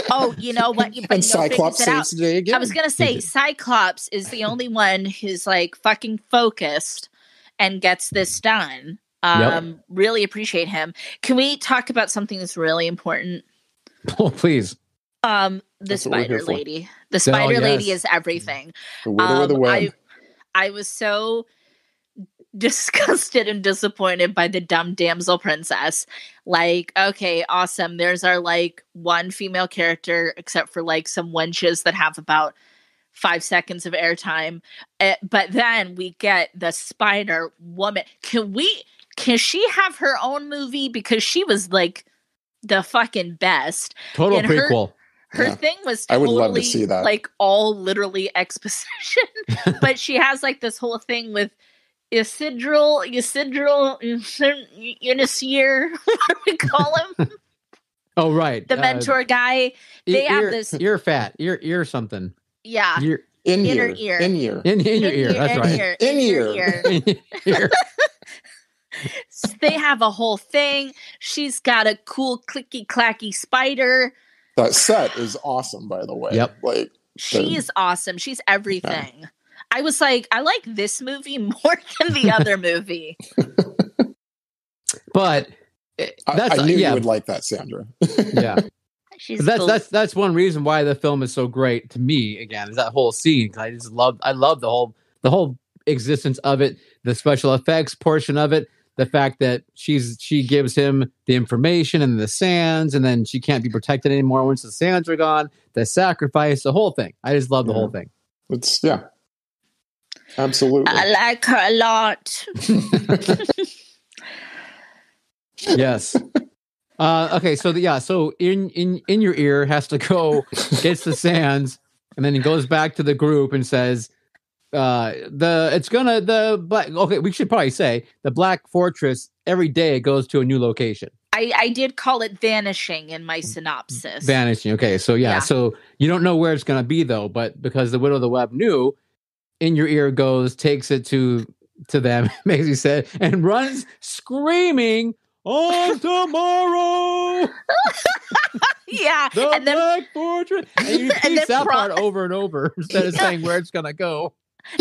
Oh, you know what? You, but
[laughs] and
you know, figures
Cyclops
it out.
saves the day again.
I was gonna say Cyclops is the only one who's like fucking focused and gets this done.
Yep.
Um, really appreciate him. Can we talk about something that's really important?
oh, please.
Um, the
That's what we're here
spider
for. Oh,
lady. The spider lady
yes.
is everything.
the widow of the
Um,
web.
I, I was so disgusted and disappointed by the dumb damsel princess. Like, okay, awesome. There's our like one female character, except for like some wenches that have about five seconds of airtime. Uh, but then we get the Spider Woman. Can we? Can she have her own movie? Because she was like the fucking best
Total
And her-
prequel.
her
Yeah.
thing was
I would
totally,
love to see that.
like all literally [laughs] exposition but she has like this whole thing with Isidril, Isidril, Unisir, [laughs] what do we call him?
Oh right.
The
uh,
mentor guy.
e-
they have
ear-
this- Ah.
ear fat, ear ear something.
Yeah.
Ear,
in
in her ear.
year, in year.
in, in your
In
ear.
ear,
That's
in
right. [laughs]
ear,
In
your
ear.
Ear.
they have a whole thing. She's got a cool clicky clacky spider.
That set is awesome, by the way.
Yep.
Like
She
Good.
is awesome. She's everything. I was like, I like this movie [laughs] more than the other movie.
but it-
I,
that's
I knew
yeah,
you would like that, Sandra.
[laughs]
yeah.
She's
That's
cool.
that's that's one reason why the film is so great to me. Again, is that whole scene. 'cause I just love I love the whole the whole existence of it, the special effects portion of it, the fact that she's she gives him the information and the sands, and then she can't be protected anymore once the sands are gone. The sacrifice, the whole thing. I just love the whole thing.
It's yeah. Absolutely.
I like her a lot.
Yes. Uh, okay, so the, yeah, so in in in your ear has to go gets the sands, and then he goes back to the group and says, uh, "The it's gonna the black okay we should probably say the black fortress every day it goes to a new location
I, I did call it vanishing in
Mm-hmm.
my synopsis.
vanishing okay so yeah,
Yeah.
so you don't know where it's gonna be though but because the widow of the web knew in your ear goes takes it to to them [laughs] makes you said and runs screaming on tomorrow."
[laughs] yeah.
The
and then
Black
[laughs]
Fortress. And you
And
repeat
then
that
pro-
part over and over [laughs] instead of
Yeah.
saying where it's gonna go,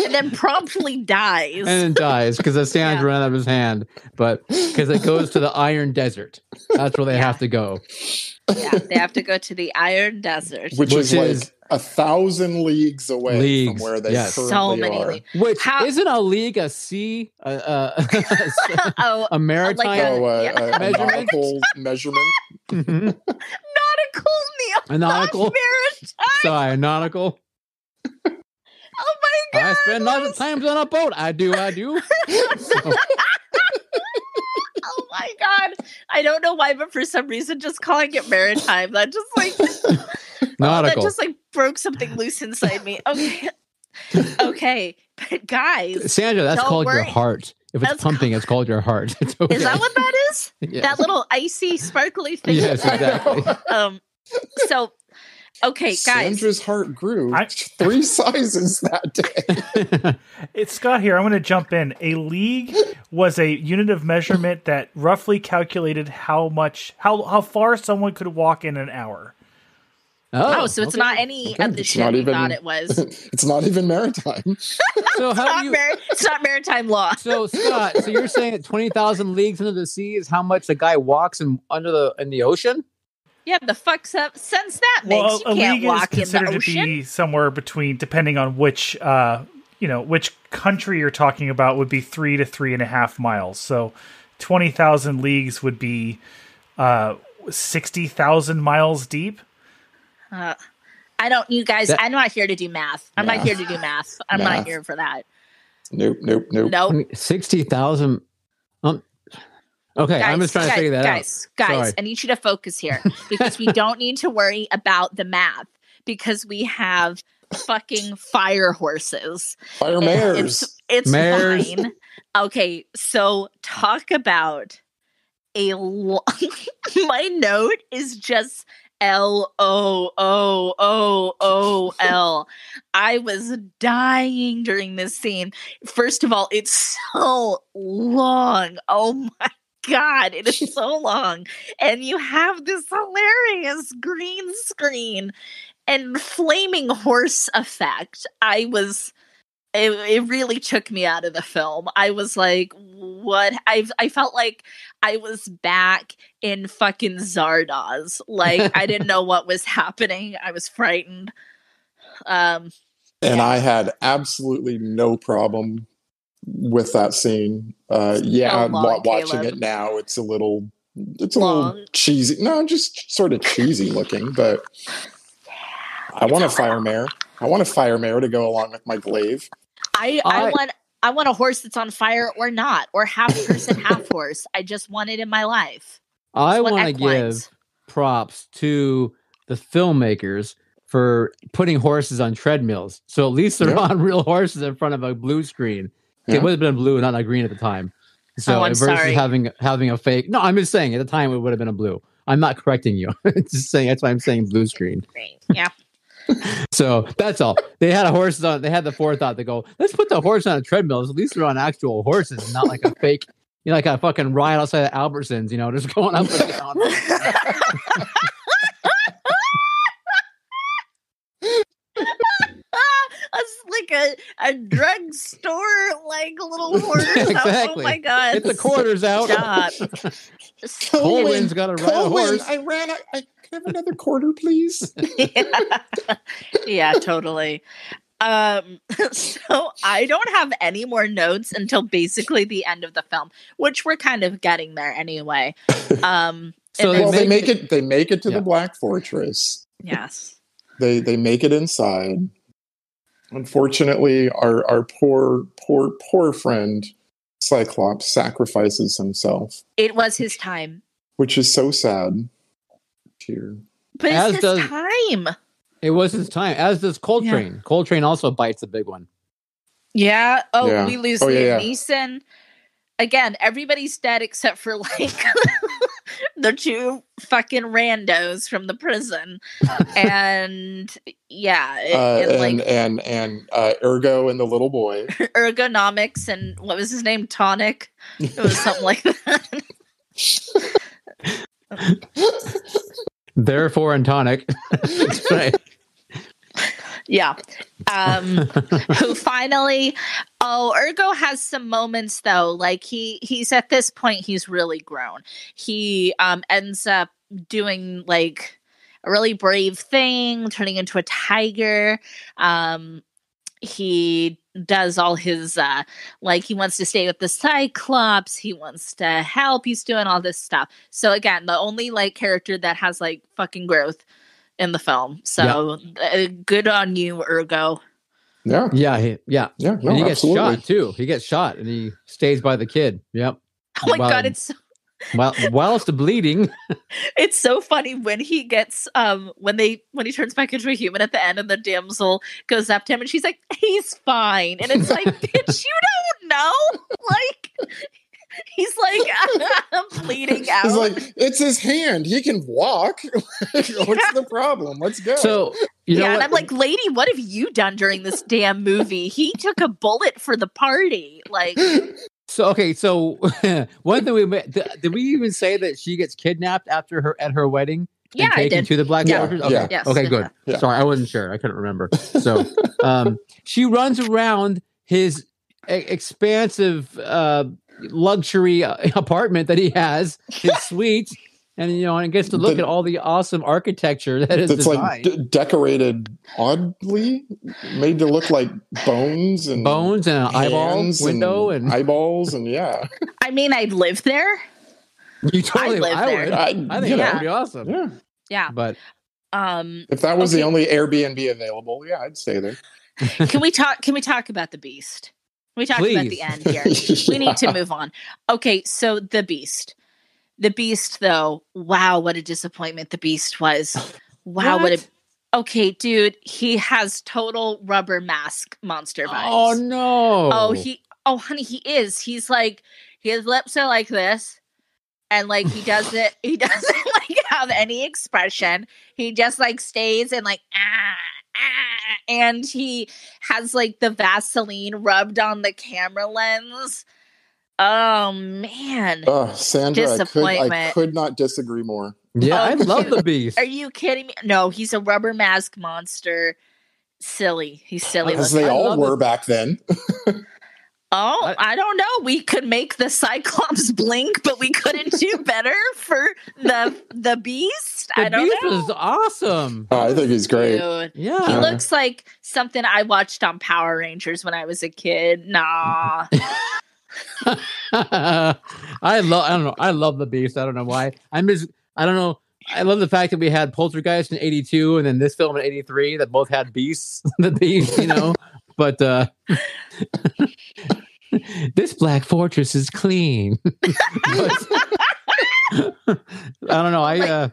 and then promptly dies.
and then dies because the sand
Yeah.
ran out of his hand. But because it goes to the Iron Desert, that's where they
Yeah.
have to go.
[laughs] yeah, they have to go to the Iron Desert.
which,
Which
is,
is-
like a thousand leagues away
Leagues,
from where they
yes.
currently
so many.
[laughs]
are.
le-
Which
How-
isn't a league a sea, a, a,
[laughs]
[laughs]
oh,
a maritime
Oh, uh,
Yeah.
a, a
Measurement?
nautical measurement.
[laughs] Mhm.
nautical neon.
a nautical?
Maritime.
Sorry, nautical.
Oh my god.
I spend lots of
Liz.
times on a boat. I do, I
[laughs]
do.
Oh my god. I don't know why, but for some reason, just calling it maritime that just
[laughs]
like Oh, that
Nautical.
just like broke something loose inside me.
[laughs]
Okay. okay. But guys,
Sandra, that's
Don't
called your
worry.
heart. If it's
That's
pumping, it's called your heart. [laughs] It's okay.
is that what that is?
Yes.
That little
[laughs]
icy, sparkly thing.
Yes,
[laughs]
exactly.
Um so okay, guys.
Sandra's heart grew
I-
three [laughs] sizes that day. [laughs]
[laughs]
It's Scott here. I'm going to jump in. A league was a unit of measurement that roughly calculated how much, how how far someone could walk in an hour.
Oh, so it's
okay.
not any
Okay,
of the
it's
shit
not
we
even-
thought
[laughs]
it was. It's
it's not even maritime.
So how
not, [laughs]
do you?
mar- it's not maritime law.
So Scott, so you're saying that twenty thousand leagues under the sea is how much the guy walks in under the in the ocean?
Yeah, the fuck se- sense that makes.
Well, a
you can't
league is
walk in
considered
the
to
ocean.
be somewhere between, depending on which uh, you know which country you're talking about, would be three to three and a half miles. So twenty thousand leagues would be uh, sixty thousand miles deep.
Uh, I don't. You guys,
That-
I'm not here to do math. I'm
Math.
not here to do math. I'm
Math.
not here for that.
Nope, nope, nope.
Nope.
Sixty thousand. Um, okay, I'm just trying
guys,
to figure that out.
guys, Guys,
Sorry.
I need you to focus here
[laughs]
because we don't need to worry about the math because we have fucking fire horses.
Fire
And
mares.
It's, it's
Mares.
fine. Okay, so talk about a lo- [laughs] my note is just L O O O O L. I was dying during this scene. First of all, it's so long. Oh my god, it is so long. And you have this hilarious green screen and flaming horse effect. I was it, it really took me out of the film. I was like, what? I I felt like I was back in fucking Zardoz. Like I didn't know what was happening. I was frightened. Um,
and I had absolutely no problem with that scene. Uh, yeah,
So long,
wa- watching
Caleb.
it now, it's a little, it's a
Long.
little cheesy. No, just sort of cheesy looking, but
[laughs]
I want a fire mare. I want a fire mare to go along with my glaive.
I I
I-
want I want a horse that's on fire or not, or half
[laughs]
person, half horse. I just want it in my life.
I
What
want to
equines.
give props to the filmmakers for putting horses on treadmills. So at least they're
Yeah.
on real horses in front of a blue screen.
Yeah.
It would have been blue, not a green at the time. So
Oh, I'm
versus
sorry.
having having a fake. No, I'm just saying at the time it would have been a blue. I'm not correcting you. [laughs] just saying that's why I'm saying blue screen.
Yeah. [laughs]
So that's all. They had a horse on. They had the forethought to go. Let's put the horse on a treadmill. so At least they're on actual horses, not like a fake. You know, like a fucking ride outside of Albertsons. You know, just [laughs] going up and down.
Ah, it's like a, a drugstore like
[laughs]
little horse. Oh
Exactly.
my god.
Get the quarters out. [laughs]
Stop. So
Colwyn's got to ride a
Colwyn,
horse.
I ran. out- I can I have another quarter, please.
yeah. [laughs] yeah, totally. Um, [laughs] so I don't have any more notes until basically the end of the film, which we're kind of getting there anyway. Um,
So
and
They
then-
well, they
make
make it. They make it to
Yeah.
the Black Fortress.
yes,
they they make it inside unfortunately our our poor poor poor friend cyclops sacrifices himself
it was his time,
which is so sad Tear.
but it's
As
his
does-
time.
It was his time, as does Coltrane. Coltrane also bites the big one.
Yeah. Oh,
Yeah.
we lose
Oh,
Liam
yeah, yeah.
Neeson. Again, everybody's dead except for [laughs] like the two fucking randos from the
[laughs]
prison, and yeah, it-
uh,
and,
and
like
and and uh, ergo and the little boy
[laughs] ergonomics and what was his name? Tonic. It was something like that.
Therefore, and tonic. [laughs] That's right.
Yeah. Um [laughs] who finally oh Ergo has some moments though. Like he he's at this point he's really grown. He um ends up doing like a really brave thing, turning into a tiger. Um he does all his uh like he wants to stay with the cyclops he wants to help he's doing all this stuff so again the only like character that has like fucking growth in the film so uh, good on you ergo
yeah
Yeah, he, yeah.
yeah no
and he gets
absolutely
shot too. He gets shot, and he stays by the kid. Yep.
oh my
Wow.
god it's
While whilst bleeding,
it's so funny when he gets um when they when he turns back into a human at the end and the damsel goes up to him and she's like he's fine and it's
[laughs]
like bitch you don't know [laughs] like he's like [laughs] i'm bleeding out
He's like, it's his hand. He can walk. [laughs] What's
[laughs]
the problem? Let's go.
so you know
yeah, and
what?
I'm like, lady, what have you done during this damn movie? He took a bullet for the party.
[gasps]
Like,
So okay, [laughs] so one thing we ma- th- did we even say that she gets kidnapped after her at her wedding?
Yeah, I
taken
did.
to the Black
Yeah.
Fortress?
Yeah.
Okay.
Yes.
okay, good.
Yeah.
Sorry, I wasn't sure. I couldn't remember. So um, she runs around his e- expansive uh, luxury uh, apartment that he has,
[laughs]
his suite, and you know, and gets to look
The-
at all the awesome architecture that is
It's
designed.
like d- decorated oddly, made to look like bones and
Bones and an eyeball
hands
window, and, [laughs]
eyeballs, and yeah,
I mean, I'd live there.
you totally.
live
I
there.
would.
I,
I
you
think
know,
that
Yeah.
would be awesome.
yeah.
Yeah.
But
Um,
If that was
Okay.
the only Airbnb available, yeah, I'd stay there.
[laughs]
can we talk? Can we talk about the beast? We talked about
Please.
the end
[laughs]
here. we need
[laughs]
to move on. Okay, so the beast. The beast though, wow, what a disappointment the beast was. Wow, what,
What?
a Okay, dude, he has total rubber mask monster vibes.
oh no!
Oh, he Oh, honey, he is. He's like his lips are like this and like [laughs] he doesn't he doesn't like have any expression. He just like stays and like ah ah and he has like the Vaseline rubbed on the camera lens. Oh man.
Ugh, Uh, Sandra, I could, I
Disappointment.
could not disagree more.
yeah, I
oh,
love
shoot.
the beast.
Are you kidding me? No, he's a rubber mask monster. Silly. He's silly.
As
Because
looking.
they
I
all
love
were
it.
back
[laughs]
then.
Oh, I don't know. We could make the Cyclops [laughs] blink, but we couldn't do better for the the beast.
The
I don't
beast
know.
was awesome.
Oh, I think he's great.
Dude.
Yeah.
He
Uh,
looks like something I watched on Power Rangers when I was a kid.
[laughs]
Nah.
I love. I don't know. I love the Beast. I don't know why. I'm just. I don't know. I love the fact that we had Poltergeist in '82 and then this film in '83 that both had beasts. [laughs] the Beast, you know. but uh [laughs] this Black Fortress is clean. [laughs] But- I
Oh
don't know. I uh,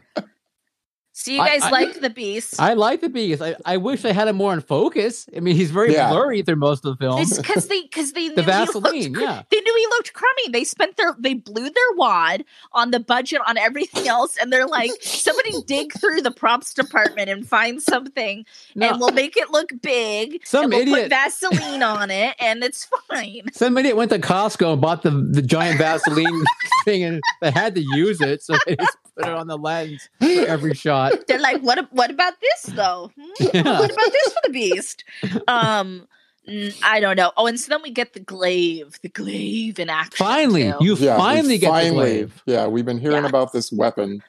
So you
I-
guys
I-
like the beast?
I like the Beast. I, I wish they had him more in focus. I mean, he's very
Yeah.
blurry through most of the film.
It's because they because they
[laughs]
knew
The
he
Vaseline,
looked, cr-
yeah.
they knew he looked crummy. They spent their they blew their wad on the budget on everything else, and they're like, somebody dig through the props department and find something,
No.
and we'll make it look big.
Some
and we'll
idiot-
put Vaseline on it, and it's fine.
Somebody went to Costco and bought the, the giant Vaseline [laughs] thing and they had to use it, so they just put it on the lens for every shot.
They're like, what? a- What about this though? Hmm?
Yeah.
What about this for the beast? Um. n- I don't know. Oh, and so then we get the glaive, the glaive in action.
Finally,
too.
you
Yeah, we
finally get the glaive.
Yeah, we've been hearing
Yeah.
about this weapon.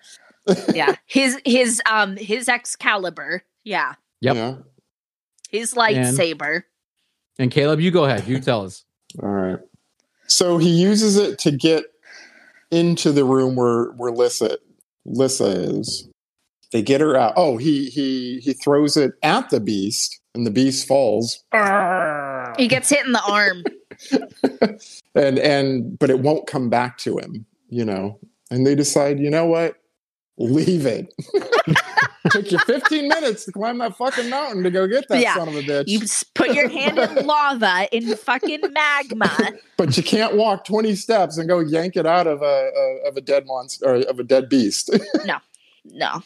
yeah his his um his excalibur yeah
Yep.
Yeah.
his
And-
lightsaber
And Caleb, you go ahead. You tell us.
All right. So he uses it to get into the room where where Lissa Lissa is. They get her out. Oh, he he he throws it at the beast, and the beast falls.
he gets hit in the arm
and and but it won't come back to him you know and they decide you know what leave it [laughs] took you 15 minutes to climb that fucking mountain to go get that
Yeah.
son of a bitch
you s- put your hand in lava in fucking magma
but you can't walk 20 steps and go yank it out of a, a of a dead monster or of a dead beast
no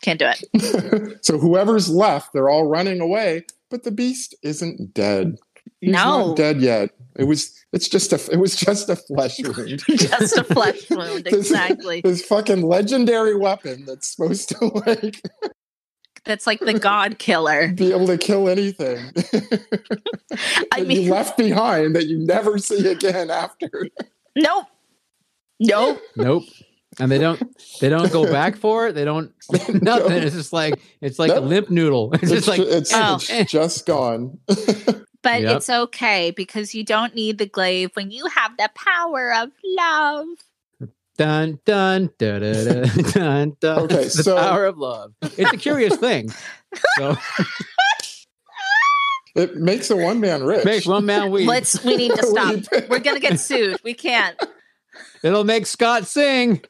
can't do it [laughs]
[laughs] so whoever's left they're all running away but the beast isn't dead He's
no
not dead yet it was it's just a it was just
[laughs]
a flesh wound
just a
[laughs]
flesh wound
This-
exactly
this fucking legendary weapon that's supposed to like
that's like the god killer
be able to kill anything [laughs]
i
that you
mean
left behind that you never see again after.
nope nope
Nope. And they don't they don't go back for it. They
[laughs]
don't nothing.
No.
It's just like it's like a
Nope.
limp noodle. [laughs] It's just like
it's,
oh.
it's just gone.
but
Yep.
it's okay because you don't need the glaive when you have the power of love
dun dun dun dun [laughs] dun dun.
Okay,
It's the
so-
power of love. It's a curious thing.
[laughs]
So
It makes a one man rich.
makes
[laughs]
one man weep.
let's we need to stop we're gonna get sued we can't
It'll make Scott sing.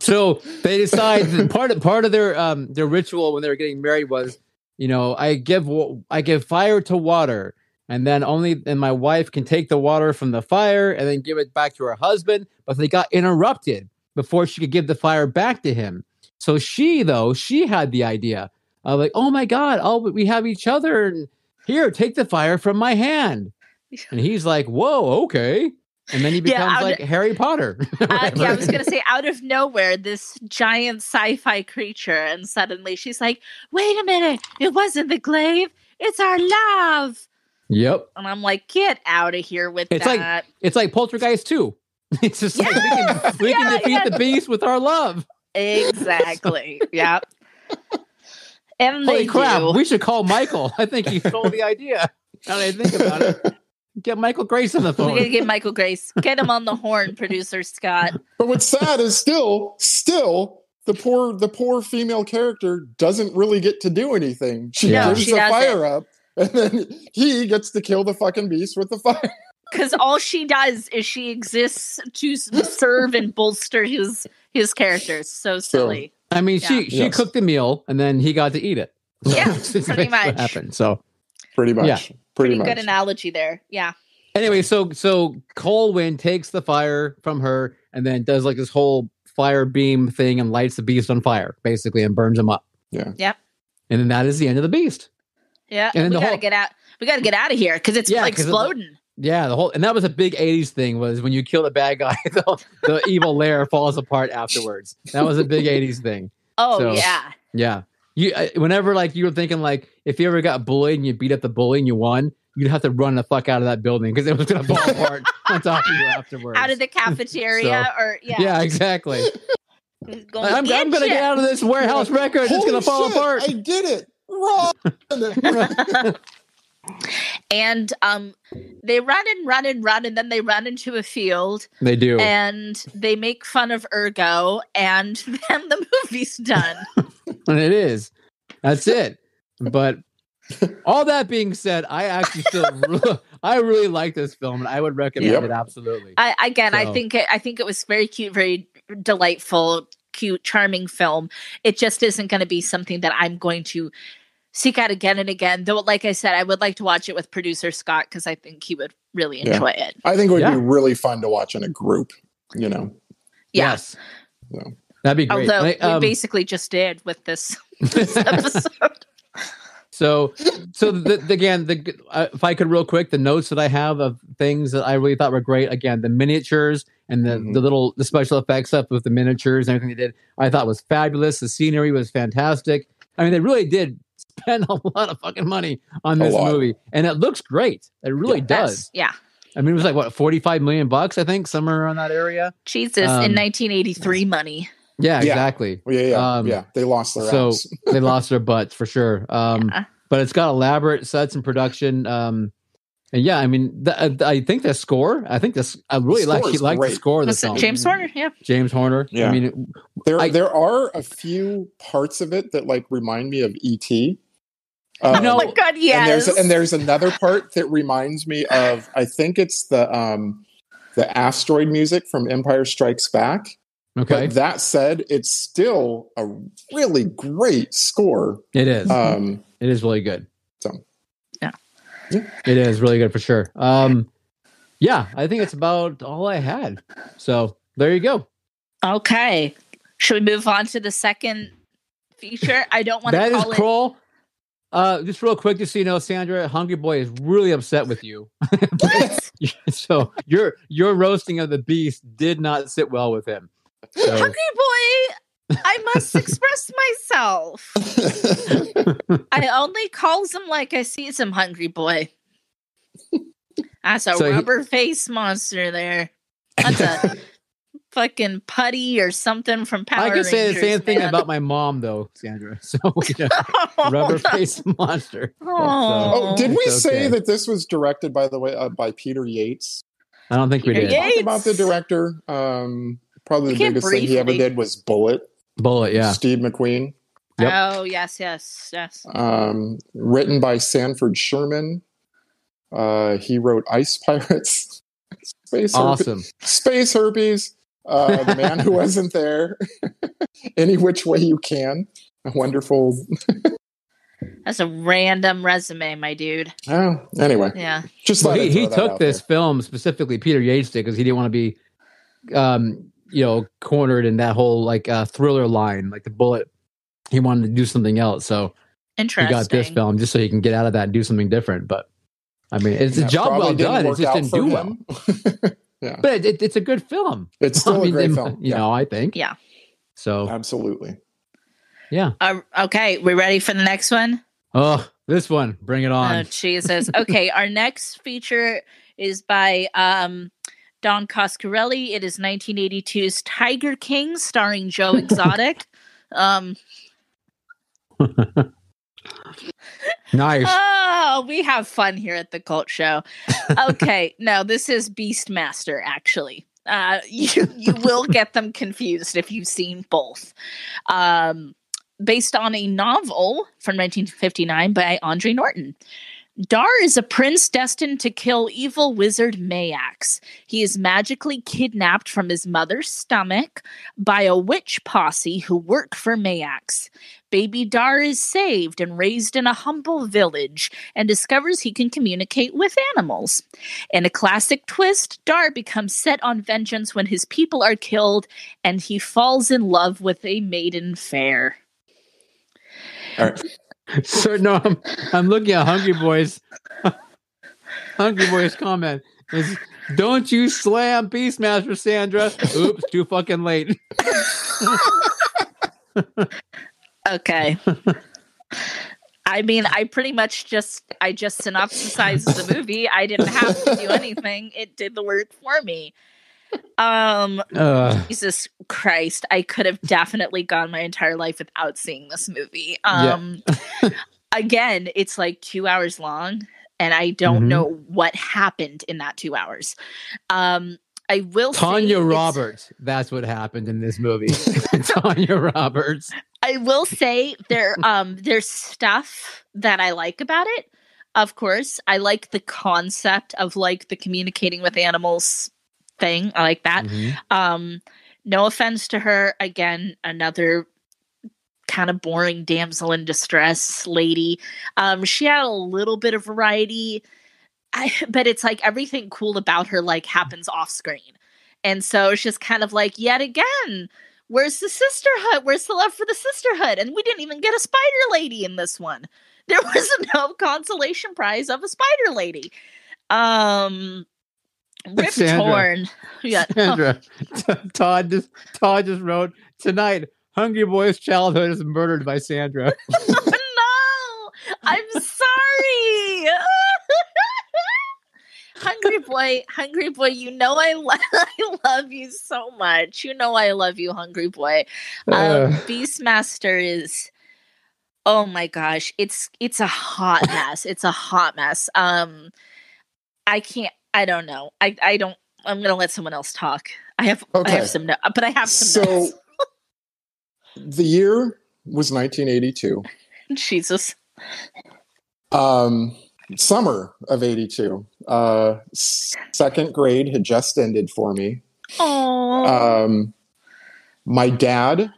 so they decide that part of part of their um their ritual when they were getting married was, you know, I give wa- I give fire to water, and then only and my wife can take the water from the fire and then give it back to her husband. But they got interrupted before she could give the fire back to him. So she though she had the idea of like, oh my god, oh we have each
[laughs]
other, and here take the fire from my hand. And he's like, "Whoa, okay." and then he
Yeah,
becomes
I'll
like Harry Potter. [laughs]
Uh, yeah, I
Whatever.
was gonna say out of nowhere, this giant sci-fi creature, and suddenly she's like, "Wait a minute! It wasn't the glaive. It's our love."
Yep,
And I'm like, "Get out of here with
It's like-
that!"
it's like Poltergeist too. [laughs] It's just like we can, we can
Yeah,
defeat the beast with our love.
exactly. yep. And
Holy
they
crap!
do.
We should call Michael. I think he stole the
[laughs]
idea. Now that I think about it, get Michael Grace on the
We gotta
phone.
get Michael Grace. Get him on the
[laughs]
horn, producer Scott.
But what's sad is still, still the poor the poor female character doesn't really get to do anything. She
No,
gives
she
the
doesn't.
fire up, and then he gets to kill the fucking beast with the fire. [laughs]
Because all she does is she exists to s- serve and bolster his his characters. So silly.
I mean, she she
Yes.
cooked the meal, and then he got to eat it. [laughs]
Yeah,
That's basically
pretty
what
much.
happened. So
Pretty much.
Yeah.
Pretty,
Good
much.
analogy there. Yeah.
anyway, so so Colwyn takes the fire from her, and then does like this whole fire beam thing and lights the beast on fire, basically, and burns him up.
Yeah.
Yep.
And then that is the end of the beast.
Yeah.
And then
we
the
gotta
whole-
get out. We gotta get out of here because it's
Yeah, 'cause of the-
exploding.
Yeah, the whole and that was a big '80s thing was when you kill the bad guy, [laughs] the, the evil lair falls apart afterwards. That was a big '80s thing.
Oh
so-
yeah.
Yeah, you I- whenever like you were thinking like if you ever got bullied and you beat up the bully and you won, you'd have to run the fuck out of that building because it was gonna fall apart [laughs] on top of you afterwards.
Out
[laughs]
of the cafeteria or yeah.
yeah.
[laughs]
exactly.
Going
I'm, I'm gonna get out of this warehouse record. it's
Holy
gonna fall
shit,
apart.
I did it. Wrong. And then-
[laughs]
And um, they run and run and run, and then they run into a field,
they do.
and they make fun of Ergo, and [laughs] then the movie's done.
And it is. That's it. But all that being said, I actually still re- [laughs] I really like this film and I would recommend
Yep.
it absolutely.
I, again, I
So-
think it, I think it was very cute, very delightful, cute, charming film. It just isn't going to be something that I'm going to seek out again and again. Though, like I said, I would like to watch it with producer Scott because I think he would really
Yeah.
enjoy it.
I think it would
Yeah.
be really fun to watch in a group, you know.
Yeah.
Yes.
So.
That'd be great.
Although
I- um, [laughs]
we basically just did with this [laughs] episode.
so so the, the- again the uh, if I could real quick the notes that I have of things that I really thought were great again the miniatures and the,
Mhm.
the little the special effects stuff with the miniatures and everything they did I thought was fabulous the scenery was fantastic I mean they really did spend [laughs] a lot of fucking money on
A
this
lot.
movie and it looks great it really
That's-
does
yeah.
I mean, it was like what forty five million bucks, I think, somewhere around that area.
Jesus, in
Um,
1983 money.
Yeah,
Yeah.
exactly.
Yeah, yeah,
Um,
yeah. They lost their
so-
ass.
They lost their butts for sure. Um,
Yeah.
But it's got elaborate sets and production. Um, and yeah, I mean, th- I- I think the score. I think this. I really
score
like
is
like the
great.
score of the
Was it
song.
James Horner? Yeah.
James Horner. I
Yeah.
mean,
There,
I-
there are a few parts of it that like remind me of ET.
You
Um,
know,
oh my God,
and
yes.
there's and there's another part that reminds me of I think it's the um the asteroid music from Empire Strikes Back.
okay,
But that said, it's still a really
[laughs]
great score.
it is. [laughs]
Um,
it is really good.
So.
Yeah.
Yeah.
it is really good for sure. Um, yeah, I think it's about all I had. So there you go.
Okay. Should we move on to the second feature? I don't want
That
to
is
call it.
crawl. Uh, just real quick, just so you know, Sandra, Hungry Boy is really upset with you. [laughs]
[laughs]
so your your roasting of the beast did not sit well with him. So,
Hungry boy, I
[laughs]
must express myself. I only calls him like I sees him, hungry boy. That's a
So he-
rubber face monster there.
[laughs]
That's a fucking putty or something from Power
I could say the
Rangers,
same thing
man. [laughs]
about my mom, though, Sandra. [laughs] So yeah,
[laughs]
rubber face monster.
Oh,
oh, did we
It's
say
okay.
that this was directed by the way uh, by Peter Yates?
I don't think we
Peter
did.
Yates.
Talk about the director. Um, probably
I
the
can't
biggest thing he ever
briefly-
did was Bullet.
Bullet, yeah.
Steve McQueen.
Yep.
Oh, yes, yes, yes.
um, written by Sanford Sherman. Uh, he wrote Ice Pirates, [laughs] Space, Herpes,
Awesome.
Space Herpes, uh, The
[laughs]
Man Who Wasn't There, [laughs] Any Which Way You Can. A wonderful.
That's a random resume, my dude.
Oh, anyway,
Yeah.
just
Well,
let
he, he took this film specifically, Peter Yates did, because he didn't want to be, um, you know, cornered in that whole like uh, thriller line, like the bullet. He wanted to do something else, so he
Interesting.
got this film just so he can get out of that and do something different. But I mean, it's a job well done. It just didn't do well.
Yeah.
But it, it's a good film. [laughs]
It's still
I mean,
a great
they-
film.
You
yeah.
know, I think.
Yeah.
So
Absolutely.
yeah.
Uh, okay, we ready for the next one?
Oh, this one. Bring it
Oh,
on.
Jesus. Okay, our next feature is by um, Don Coscarelli. It is 1982's Tiger King, starring Joe Exotic. um,
nice.
[laughs]
[laughs]
oh, we have fun here at the Cult Show. Okay, no, this is Beastmaster, actually. Uh, [laughs] you you will get them confused if you've seen both. Um, based on a novel from 1959 by Andre Norton. Dar is a prince destined to kill evil wizard Mayax. He is magically kidnapped from his mother's stomach by a witch posse who work for Mayax. Baby Dar is saved and raised in a humble village and discovers he can communicate with animals. In a classic twist, Dar becomes set on vengeance when his people are killed and he falls in love with a maiden fair.
so no, I'm, I'm looking at Hungry Boy's [laughs] Hungry Boy's comment. Is don't you slam Beastmaster Sandra? Oops, too fucking
[laughs]
late.
Okay. [laughs] I mean, I pretty much just I just synopsized the movie. I didn't have to do anything. It did the work for me. Um
Uh,
Jesus Christ, I could have definitely gone my entire life without seeing this movie.
Yeah. [laughs]
Um again, it's like 2 hours long and I don't
Mhm.
know what happened in that 2 hours. Um I will
[laughs]
say
Tanya
it's-
Roberts. That's what happened in this
[laughs]
movie. [laughs] Tanya Roberts.
I will say there um there's stuff that I like about it. Of course, I like the concept of like the communicating with animals thing. I like that.
Mhm.
Um no offense to her again another kind of boring damsel in distress lady. Um she had a little bit of variety I, [laughs] but it's like everything cool about her like happens off screen. And so it's just kind of like yet again Where's the sisterhood? Where's the love for the sisterhood? And we didn't even get a spider lady in this one. [laughs] There was no consolation prize of a spider lady. Um Rip
Sandra.
Torn. [laughs] Yeah.
Sandra. [laughs] T- Todd just Todd just wrote tonight. Hungry Boy's childhood is murdered by
[laughs]
Sandra. [laughs]
no, I'm sorry. [laughs] hungry boy, hungry boy, you know I, lo- [laughs] I love you so much. You know I love you, hungry boy. Um,
Uh.
Beastmaster is oh my gosh, it's it's a
[laughs]
hot mess. It's a hot mess. Um I can't I don't know. I I don't I'm going to let someone else talk. I have I
Okay.
have some no- but I have some
So
notes. [laughs]
the year was 1982.
Jesus.
Um, summer of 82. Uh, s- second grade had just ended for me.
Oh.
Um, my dad,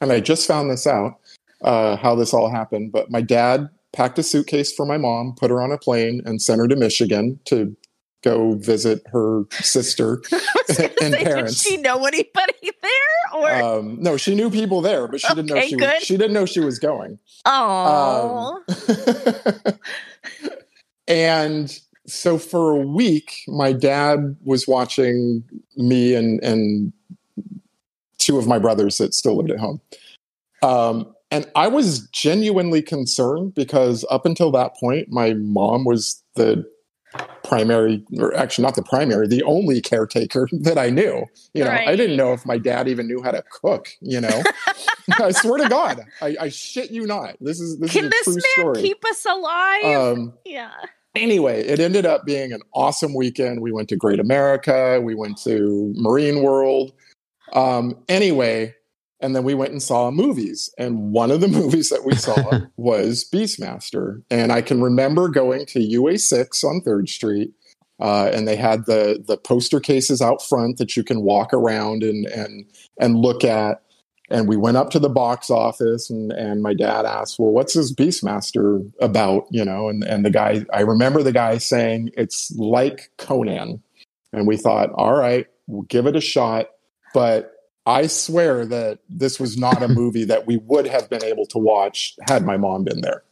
and I just found this out uh, how this all happened, but my dad packed a suitcase for my mom, put her on a plane, and sent her to Michigan to go visit her
[laughs]
sister
was gonna
and
say,
parents.
Did she know anybody [laughs] there? Or
Um, no, she knew people there, but she didn't know
Okay,
she
good.
was, she didn't know she was going.
oh,
Um, [laughs] and so for a week, my dad was watching me and and two of my brothers that still lived at home. Um, and I was genuinely concerned because up until that point, my mom was the primary, or actually not the primary, the only caretaker [laughs] that I knew. You know, I
Right.
didn't know if my dad even knew how to cook. You know, [laughs] I swear to God, I, I shit you not. This is this
can
is a
this
true
man
story.
keep us alive?
um,
yeah.
anyway, it ended up being an awesome weekend. We went to Great America, we went to Marine World. Um, anyway, and then we went and saw movies. And one of the [laughs] movies that
[laughs]
we saw was Beastmaster. And I can remember going to UA6 on 3rd Street. Uh, and they had the the poster cases out front that you can walk around and and and look at. And we went up to the box office, and, and my dad asked, "Well, what's this Beastmaster about?" You know, and and the guy, I remember the guy saying, "It's like Conan," and we thought, "All right, we'll give it a shot." But I swear that this was
[laughs]
not a movie that we would have been able to watch had my mom been there.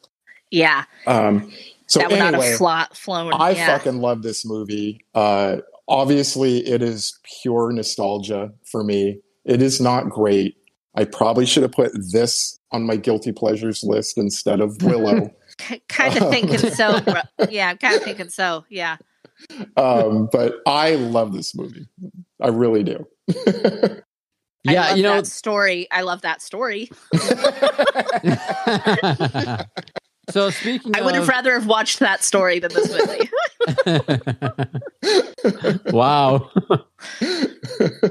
Yeah.
Um, so
that would
anyway,
not have flo- flown.
I
yeah.
fucking love this movie. Uh, obviously it is pure nostalgia for me. It is not great. I probably should have put this on my guilty pleasures list instead of
[laughs]
Willow.
kind of thinking
[laughs]
so. bro. Yeah, I'm kind of thinking so. Yeah.
um, but I love this movie. I
[laughs]
really do.
I
yeah,
love
you know,
that story. I love that story.
so speaking
I would have
of
rather have watched that story than this
[laughs]
movie.
wow.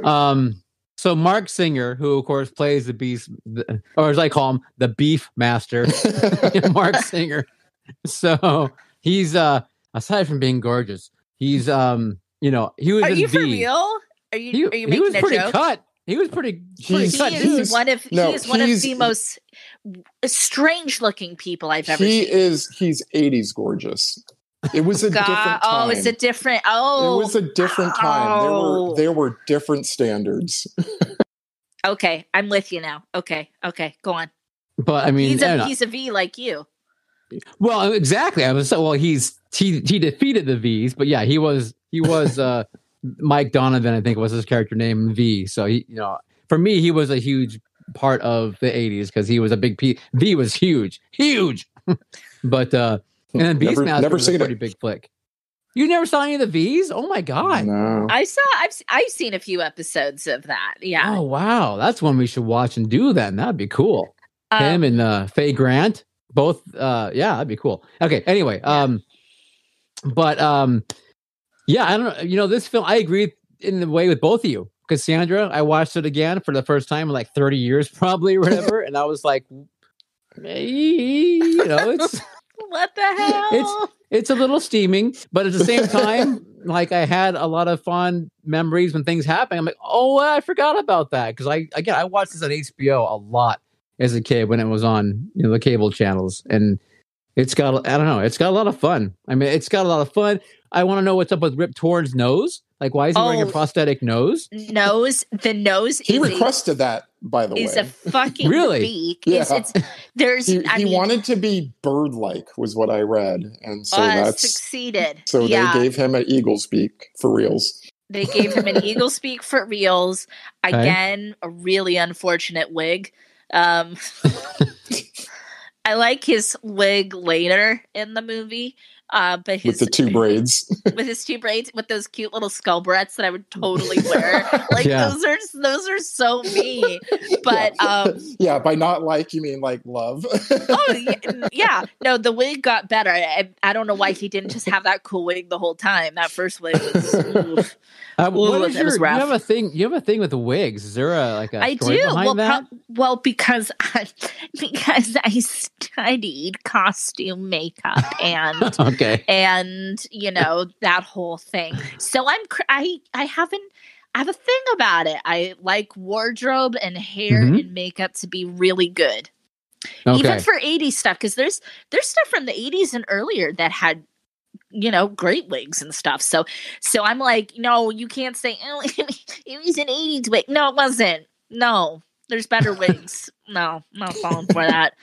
um, so Mark Singer, who of course plays the beast, the, or as I call him, the beef master, [laughs] Mark Singer. So he's uh, aside from being gorgeous, he's um, you know, he was
Are
in
you
B.
for real? Are
He,
you are
he
you
was
making a
pretty
joke?
cut. He was pretty, pretty
He's-
cut.
He
dude.
is one of
No,
he is one of
he's-
the most strange looking people I've ever
he
seen.
is he's 80s gorgeous. It was a
God,
different time.
oh, it's a different. Oh,
it was a different time. There were
Oh.
there were different standards.
okay. I'm with you now. Okay, okay, go on.
But I mean,
he's
I don't
a
know.
he's a V like you.
Well, exactly. I was so well. He's he, he defeated the V's, but yeah, he was he
[laughs]
was uh Mike Donovan, I think was his character name V. So he, you know, for me, he was a huge part of the '80s because he was a big P. V was huge, huge. [laughs] but uh and then
Never-
Beastmaster
never
was a
seen
pretty
it.
big flick. You never saw any of the V's? Oh my god!
No.
I saw. I've se- I've seen a few episodes of that. Yeah,
Oh wow, that's one we should watch and do. Then that'd be cool. him
Oh,
Um,
and uh Faye Grant both uh yeah that'd be cool okay anyway
Yeah.
um but um yeah I don't know you know this film I agree in the way with both of you Cassandra I watched it again for the first time in like 30 years [laughs] probably or whatever and I was like "Eh," you know it's
what the hell?
it's a little steaming but at the
[laughs]
same time like I had a lot of fun memories when things happen I'm like oh I forgot about that because I again I watched this on HBO a lot as a kid when it was on you know the cable channels and it's got i don't know it's got a lot of fun i mean it's got a lot of fun i want to know what's up with rip torn's nose like why is he wearing a
Oh.
prosthetic nose
nose the nose
He
is, a,
requested that, by the
is
way.
a
[laughs]
fucking
Really?
beak
Yeah.
it's, it's there's
he,
i
he
mean
wanted to be bird like was what i read and so
uh,
that's
succeeded
so
yeah
they gave him an eagle's beak for reals
they gave him
[laughs]
an eagle speak for reals
Okay.
again a really unfortunate wig
[laughs]
um i like his wig later in the movie uh but his
with the two braids [laughs]
with his two braids with those cute little skull barrettes that i would totally wear like
Yeah.
those are those are so me
[laughs]
but
yeah.
um
[laughs] yeah by not like you mean like love [laughs]
oh yeah, n- yeah no the wig got better I, I don't know why he didn't just have that cool wig the whole time that first wig
[laughs]
was oof.
uh, what
Ooh,
is
that
your,
was
you
rough.
have a thing you have a thing with the wigs is there a like a
i
story
do
behind
well,
that
pro- well because I, [laughs] because i studied costume makeup
[laughs]
and
okay
and you know that whole thing so i'm cr- i i haven't i have a thing about it i like wardrobe and hair
Mhm.
and makeup to be really good [laughs] even
okay
for 80s stuff because there's there's stuff from the 80s and earlier that had you know great wigs and stuff so so i'm like no you can't say oh, [laughs] it was an 80s wig no it wasn't no there's better wigs no I'm not falling for that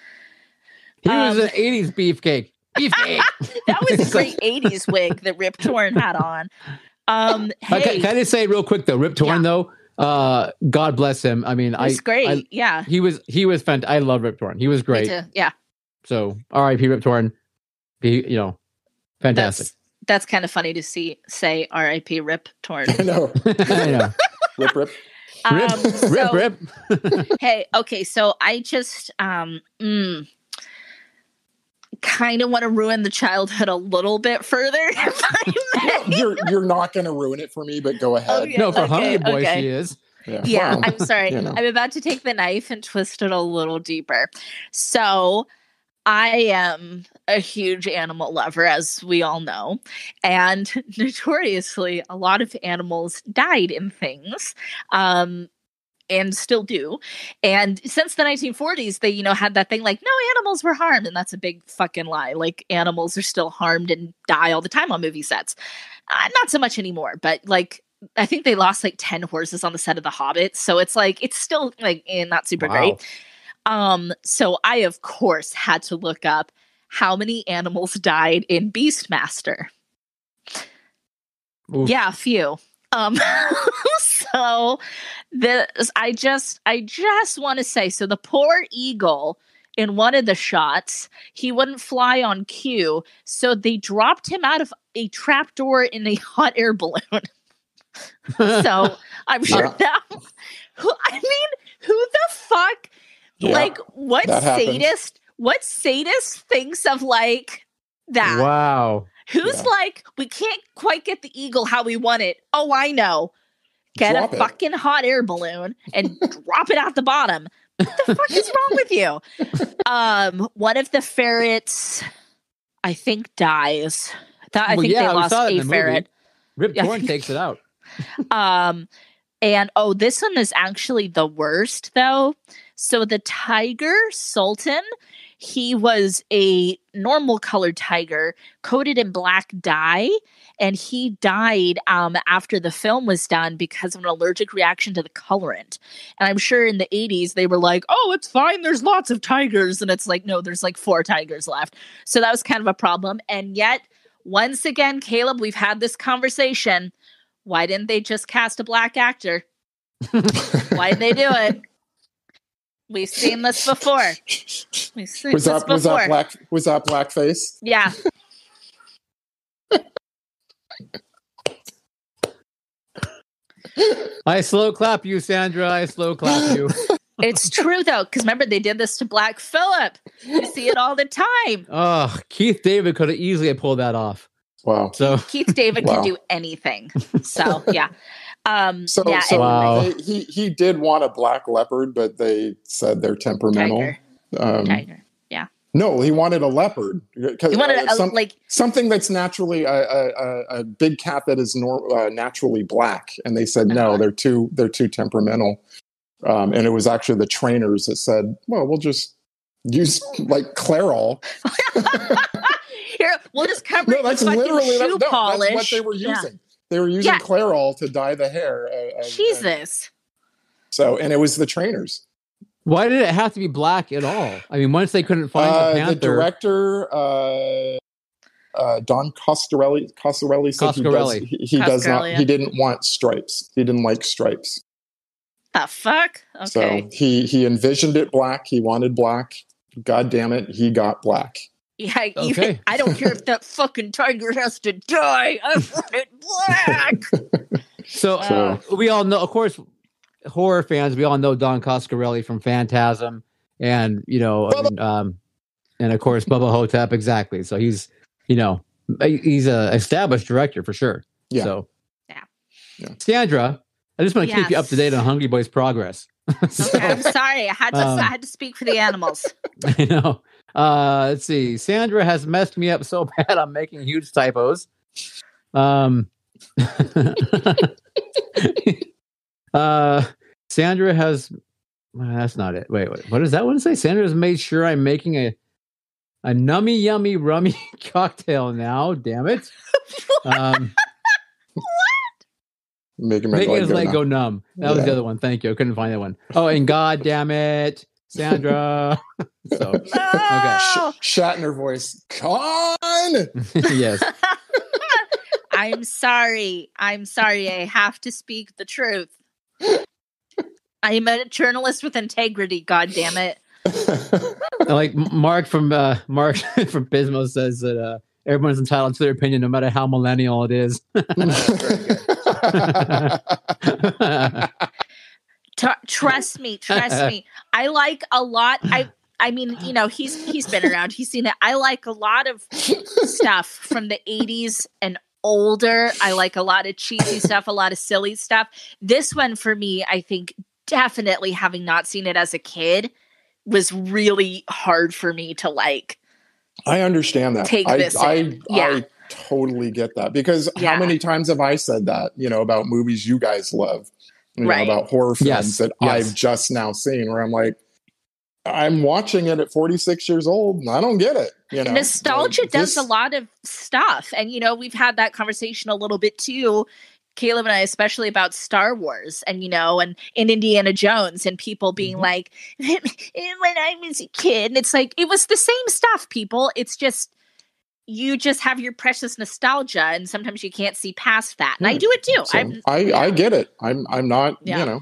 he was
um,
an 80s beefcake beefcake
that was a great 80s wig that rip torn had on
[laughs]
um
Uh, can,
hey
can i just say real quick though rip torn though uh god bless him i mean i
it's great
I-
yeah
he was he was fantastic. I love Rip Torn. He was
Me
great.
too. yeah
So R.I.P. Rip Torn. He, you know, fantastic.
that's that's kind of funny to see say rip rip torn
[laughs]
i know
I know.
rip rip
Rip,
[laughs] Um,
rip,
so-
rip.
hey okay so i just um mm, kind of want to ruin the childhood a little bit further [laughs] if I may.
you're you're not gonna ruin it for me but go ahead
Okay.
no, for
okay,
Hungry Boy,
okay.
she is.
yeah,
yeah
Wow.
i'm sorry
You know.
i'm about to take the knife and twist it a little deeper so i am a huge animal lover as we all know and [laughs] notoriously a lot of animals died in things um and still do and since the 1940s they you know had that thing like no animals were harmed and that's a big fucking lie like animals are still harmed and die all the time on movie sets uh, not so much anymore but like i think they lost like 10 horses on the set of the hobbit so it's like it's still like eh, not super
Wow.
great um, so I of course had to look up how many animals died in Beastmaster.
Oof.
Yeah, a few. Um, [laughs] so this, I just, I just want to say, so the poor eagle in one of the shots, he wouldn't fly on cue, so they dropped him out of a trapdoor in a hot air
[laughs]
balloon.
[laughs]
so I'm sure
Yeah.
that. [laughs] Who I mean, who the fuck?
Yeah,
like, what
that happens.
sadist? What sadist thinks of like that?
Wow.
Who's
Yeah.
like, we can't quite get the eagle how we want it. Oh, I know. Get
Drop
a
it.
fucking hot air balloon and drop it out the bottom. What the fuck is wrong with you? Um, one of the ferrets, I think, dies. That, I
Well,
think
yeah,
they
we
lost
saw it in
a
the movie.
ferret.
Rip
Yeah.
Torn takes it
[laughs]
out.
Um, and oh, this one is actually the worst though. So the tiger sultan, he was a normal colored tiger coated in black dye, and he died um, after the film was done because of an allergic reaction to the colorant. And I'm sure in the 80s they were like, "Oh, it's fine. There's lots of tigers," and it's like, no, there's like four tigers left. So that was kind of a problem. And yet, once again, Caleb, we've had this conversation why didn't they just cast a black actor? Why did they do it? We've seen this before. We've seen
[laughs] was
this
that was that
before.
black was that blackface?
yeah.
I slow clap you, Sandra. I slow clap
[gasps]
you.
It's true though, because remember they did this to Black Phillip. You see it all the time.
Oh, Keith David could have easily pulled that off.
Wow.
So
Keith David
Wow.
can do anything. So yeah. Um
So,
yeah,
so
Wow.
they, he he did want a black leopard, but they said they're temperamental.
tiger.
Um,
Tiger.
no, he wanted a leopard. 'Cause,
You wanted
uh,
a,
some-
like [laughs]
something that's naturally a, a, a- a big cat that is nor, uh, naturally black and they said no
Uh-huh.
they're too they're too temperamental um, and it was actually the trainers that said well we'll just use [laughs] like clairol
here, we'll just cover
no
it with
that's
fucking
literally
shoe
that, no,
polish.
that's what they were
Yeah.
using they were using
Yeah.
clairol to dye the hair uh, uh, uh,
Jesus.
so and it was the trainers
why did it have to be black at all? I mean, once they couldn't find
Uh,
the
the
panther,
director uh, uh, Don Coscarelli Coscarelli said he, does,
Coscarelli.
he, he does not
Coscarelli.
he didn't want stripes he didn't like stripes
The fuck? Okay.
So he he envisioned it black. He wanted black. God damn it, he got black.
Yeah, even,
Okay.
I don't care if that fucking tiger has to die. I want it black.
so
So-
we all know, of course, horror fans. We all know Don Coscarelli from Phantasm, and you know, I
Bubba.
mean, um, and of course Bubba Hotep. Exactly. So he's, you know, he's a established director for sure.
Yeah.
So,
Yeah.
Yeah.
Sandra, I just want to keep you up to date on
Yes.
Hungry Boy's progress. So-
Okay, I'm [laughs] sorry. I had to.
Um,
I had to speak for the
[laughs]
animals.
I know. Uh, let's see. Sandra has messed me up so [laughs] bad. I'm making huge typos. Um, [laughs] uh, Sandra has. well, that's not it. Wait, wait. What does that one say? Sandra has made sure I'm making a a nummy, yummy, rummy [laughs] cocktail now. Damn it. Um,
Making my
making
leg
his
go
leg
numb.
go numb. That was the
Yeah.
other one. Thank you. I couldn't find that one. Oh, and God damn it, Sandra. so, [laughs]
No,
Sh- Shatner voice. Con.
yes.
[laughs] I'm sorry. I'm sorry. I have to speak the [laughs] truth. I am a journalist with integrity. God damn it.
like M- Mark from uh, Mark [laughs] from Pismo says that uh, everyone's entitled to their opinion, no matter how millennial it
[laughs]
is.
Tr- trust me. Trust me. I like a lot. I. I mean, you know, he's he's been around. He's seen it. I like a lot of stuff from the 80s and older. I like a lot of cheesy stuff, a lot of silly stuff. This one for me, I think definitely having not seen it as a kid was really hard for me to like.
[laughs] I understand that.
Take
I,
this
I,
in. Yeah.
I totally get that because
Yeah.
how many times have I said that? You know about movies you guys love, you
Right.
know, about horror films
Yes,
that
yes.
I've just now seen, where I'm like, I'm watching it at 46 years old, and I don't get it. You know,
Nostalgia
Like,
does
this-
a lot of stuff. And you know, we've had that conversation a little bit too. Caleb and I, especially about Star Wars and, you know, and, and Indiana Jones and people being
Mm-hmm.
like, [laughs] when I was a kid. And it's like, it was the same stuff, people. It's just, you just have your precious nostalgia, and sometimes you can't see past that. And I do it too.
Hmm. So
I'm,
I, I get it. I'm I'm not,
Yeah.
you know.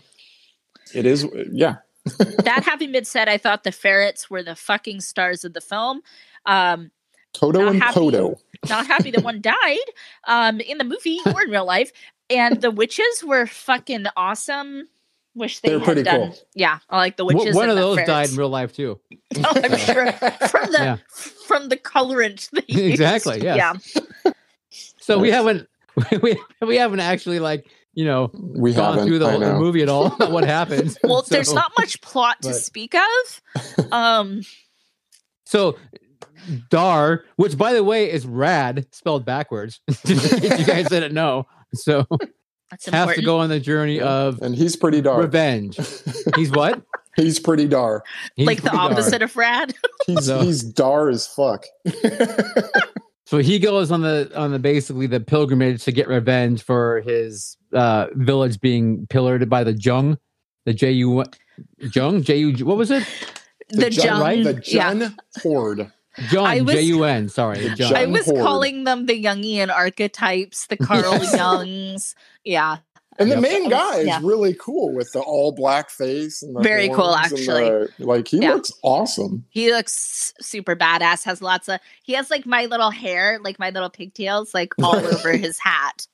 It is yeah.
that having been said, I thought the ferrets were the fucking stars of the film. Um,
Kodo
Not
and
happy.
Kodo.
not happy that one died um, in the movie or in real life. And the witches were fucking awesome. Wish they
They're
had
pretty
done.
cool.
Yeah, I like the
Wh-
witches.
one
and
of
the
those
ferrets.
died in real life too.
[laughs] Oh, I'm sure. from the
Yeah.
from the colorant. [laughs] That he used.
Exactly, yes.
Yeah.
So we
Nice.
haven't [laughs] we we haven't actually like you know
we
gone
haven't.
through the,
I
whole- the
know.
movie at
[laughs]
all. about what happens?
[laughs] Well,
[laughs]
there's
So-
not much plot to
but-
speak of. Um,
So Dar, which by the way is rad spelled backwards. [laughs] Just in case you
[laughs]
guys didn't know. So
that's
has
important.
to go on the journey of
And he's pretty dark. [laughs]
revenge. He's what?
He's pretty dar.
He's
like the
pretty dark.
opposite of rad.
He's
No.
he's dar as fuck. [laughs]
So he goes on the on the basically the pilgrimage to get revenge for his uh village being pillared by the Jung, the J U Jung J U what was it?
[laughs] The
Jun-
Jung.
right?
the
yeah.
Jun horde.
Jung
I was-
J U N. Sorry,
The
Jung.
I
Jung
was
horde.
calling them the Jungian archetypes, the Carl
Yes.
Youngs. Yeah.
And the
Yep.
main guy is
Yeah.
really cool with the all black face and the
Very cool,
horns and
actually.
the- like he
Yeah.
looks awesome.
He looks super badass, has lots of he has like my little hair, like my little pigtails, like
[laughs]
all over his hat.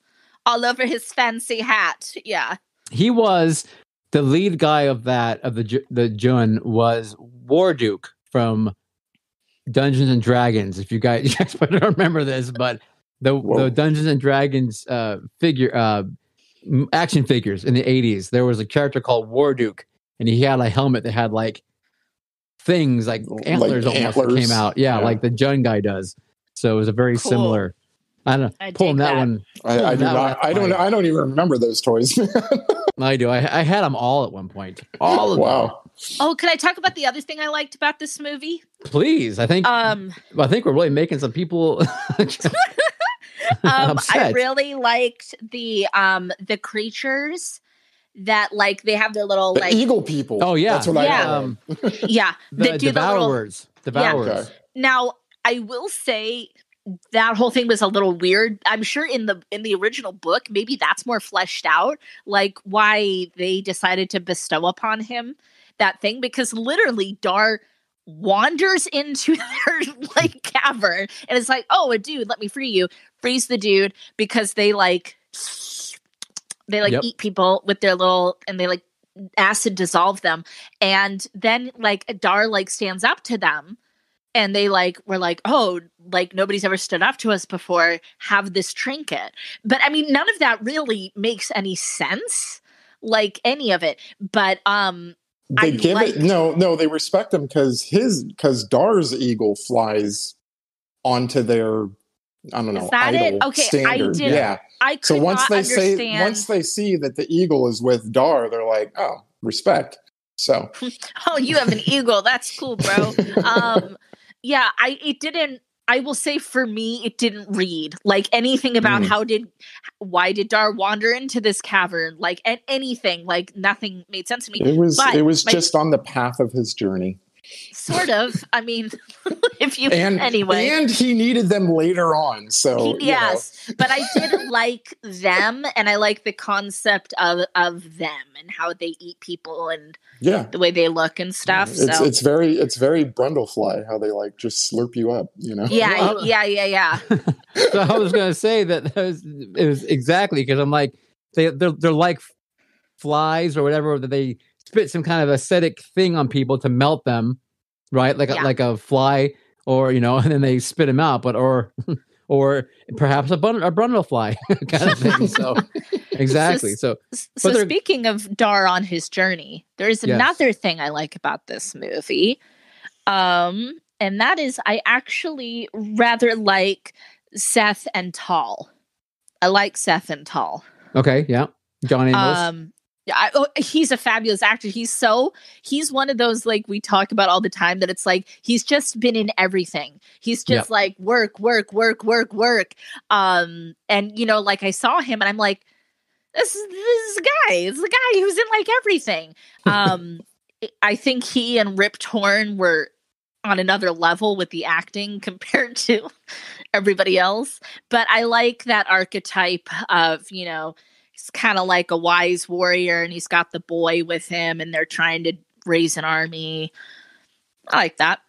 All over his fancy hat. Yeah.
he was the lead guy of that of the Ju- the Jun was War Duke from Dungeons and Dragons. If you guys, [laughs] you guys might not remember this, but the
Whoa.
the Dungeons and Dragons uh, figure uh, m- action figures in the eighties, there was a character called War Duke, and he had a helmet that had like things like
Like
antlers almost that
antlers.
came out. Yeah,
Yeah.
like the Jun guy does. So it was a very
Cool.
similar. I don't know.
I
Pulling
dig
that,
that.
one,
I,
Oh,
I do
that
not.
was
I don't.
funny.
I don't even remember those toys. [laughs]
I do. I, I had them all at one point. All of them.
wow.
Oh, can I talk about the other thing I liked about
[laughs]
this movie?
Please, I think
Um
I think we're really making some people. [laughs]
um, I
Upset.
really liked the um the creatures that like they have their little
The
like
eagle people.
oh yeah,
That's what
Yeah.
I.
Um,
yeah
the
that do the little-
devourers, devourers.
Okay.
now I will say that whole thing was a little weird. I'm sure in the in the original book maybe that's more fleshed out like why they decided to bestow upon him that thing because literally Dar wanders into [laughs] their like cavern and it's like oh a dude let me free you freeze the dude because they like they like
Yep.
eat people with their little and they like acid dissolve them and then like Dar like stands up to them and they like were like oh like nobody's ever stood up to us before have this trinket but i mean none of that really makes any sense like any of it but um I
They give
like-
it. No, no. They respect him because his because Dar's eagle flies onto their. I don't know.
Is that it?
idol
Okay, I
Standard.
didn't-
yeah.
i could
So once
not
they
understand
say once they see that the eagle is with Dar, they're like, oh, respect. So
[laughs] oh you have an eagle that's cool
[laughs]
bro um yeah i it didn't i will say for me it didn't read like anything about
Mm.
how did why did dar wander into this cavern like and anything like nothing made sense to me
it was
but
it was
my-
just on the path of his
[laughs]
journey.
sort of i mean [laughs] if you
And
anyway
and he needed them later on. So
He-
you know.
yes, but I did like them, and I like the concept of of them and how they eat people and
yeah.
the way they look and stuff. So
It's it's very it's very Brundlefly how they like just slurp you up, you know.
yeah,
[laughs]
I-
Well-
yeah, yeah, yeah.
[laughs] So I was gonna say that, that was, it was exactly because I'm like they they're, they're like flies or whatever that they spit some kind of acidic thing on people to melt them, right? Like
Yeah.
a, like a fly, or you know, [laughs] and then they spit them out, but or. [laughs] Or perhaps a, bun- a Brundle fly [laughs] kind of thing.
[laughs]
So exactly. So
S- So
they're-
speaking of Dar on his journey, there is
Yes.
another thing I like about this movie, um, and that is I actually rather like Seth and Tall. I like Seth and Tall.
okay, yeah, John Amos.
Um, yeah, I, oh, he's a fabulous actor. He's so he's one of those like we talk about all the time that it's like he's just been in everything. He's just like work, work, work, work, work. Um, and you know, like I saw him and I'm like, this is this is the guy. It's the guy who's in like everything. Um, I think he and Rip Torn were on another level with the acting [laughs] compared to everybody else. But I like that archetype of, you know, he's kind of like a wise warrior and he's got the boy with him and they're trying to raise an army. I like that.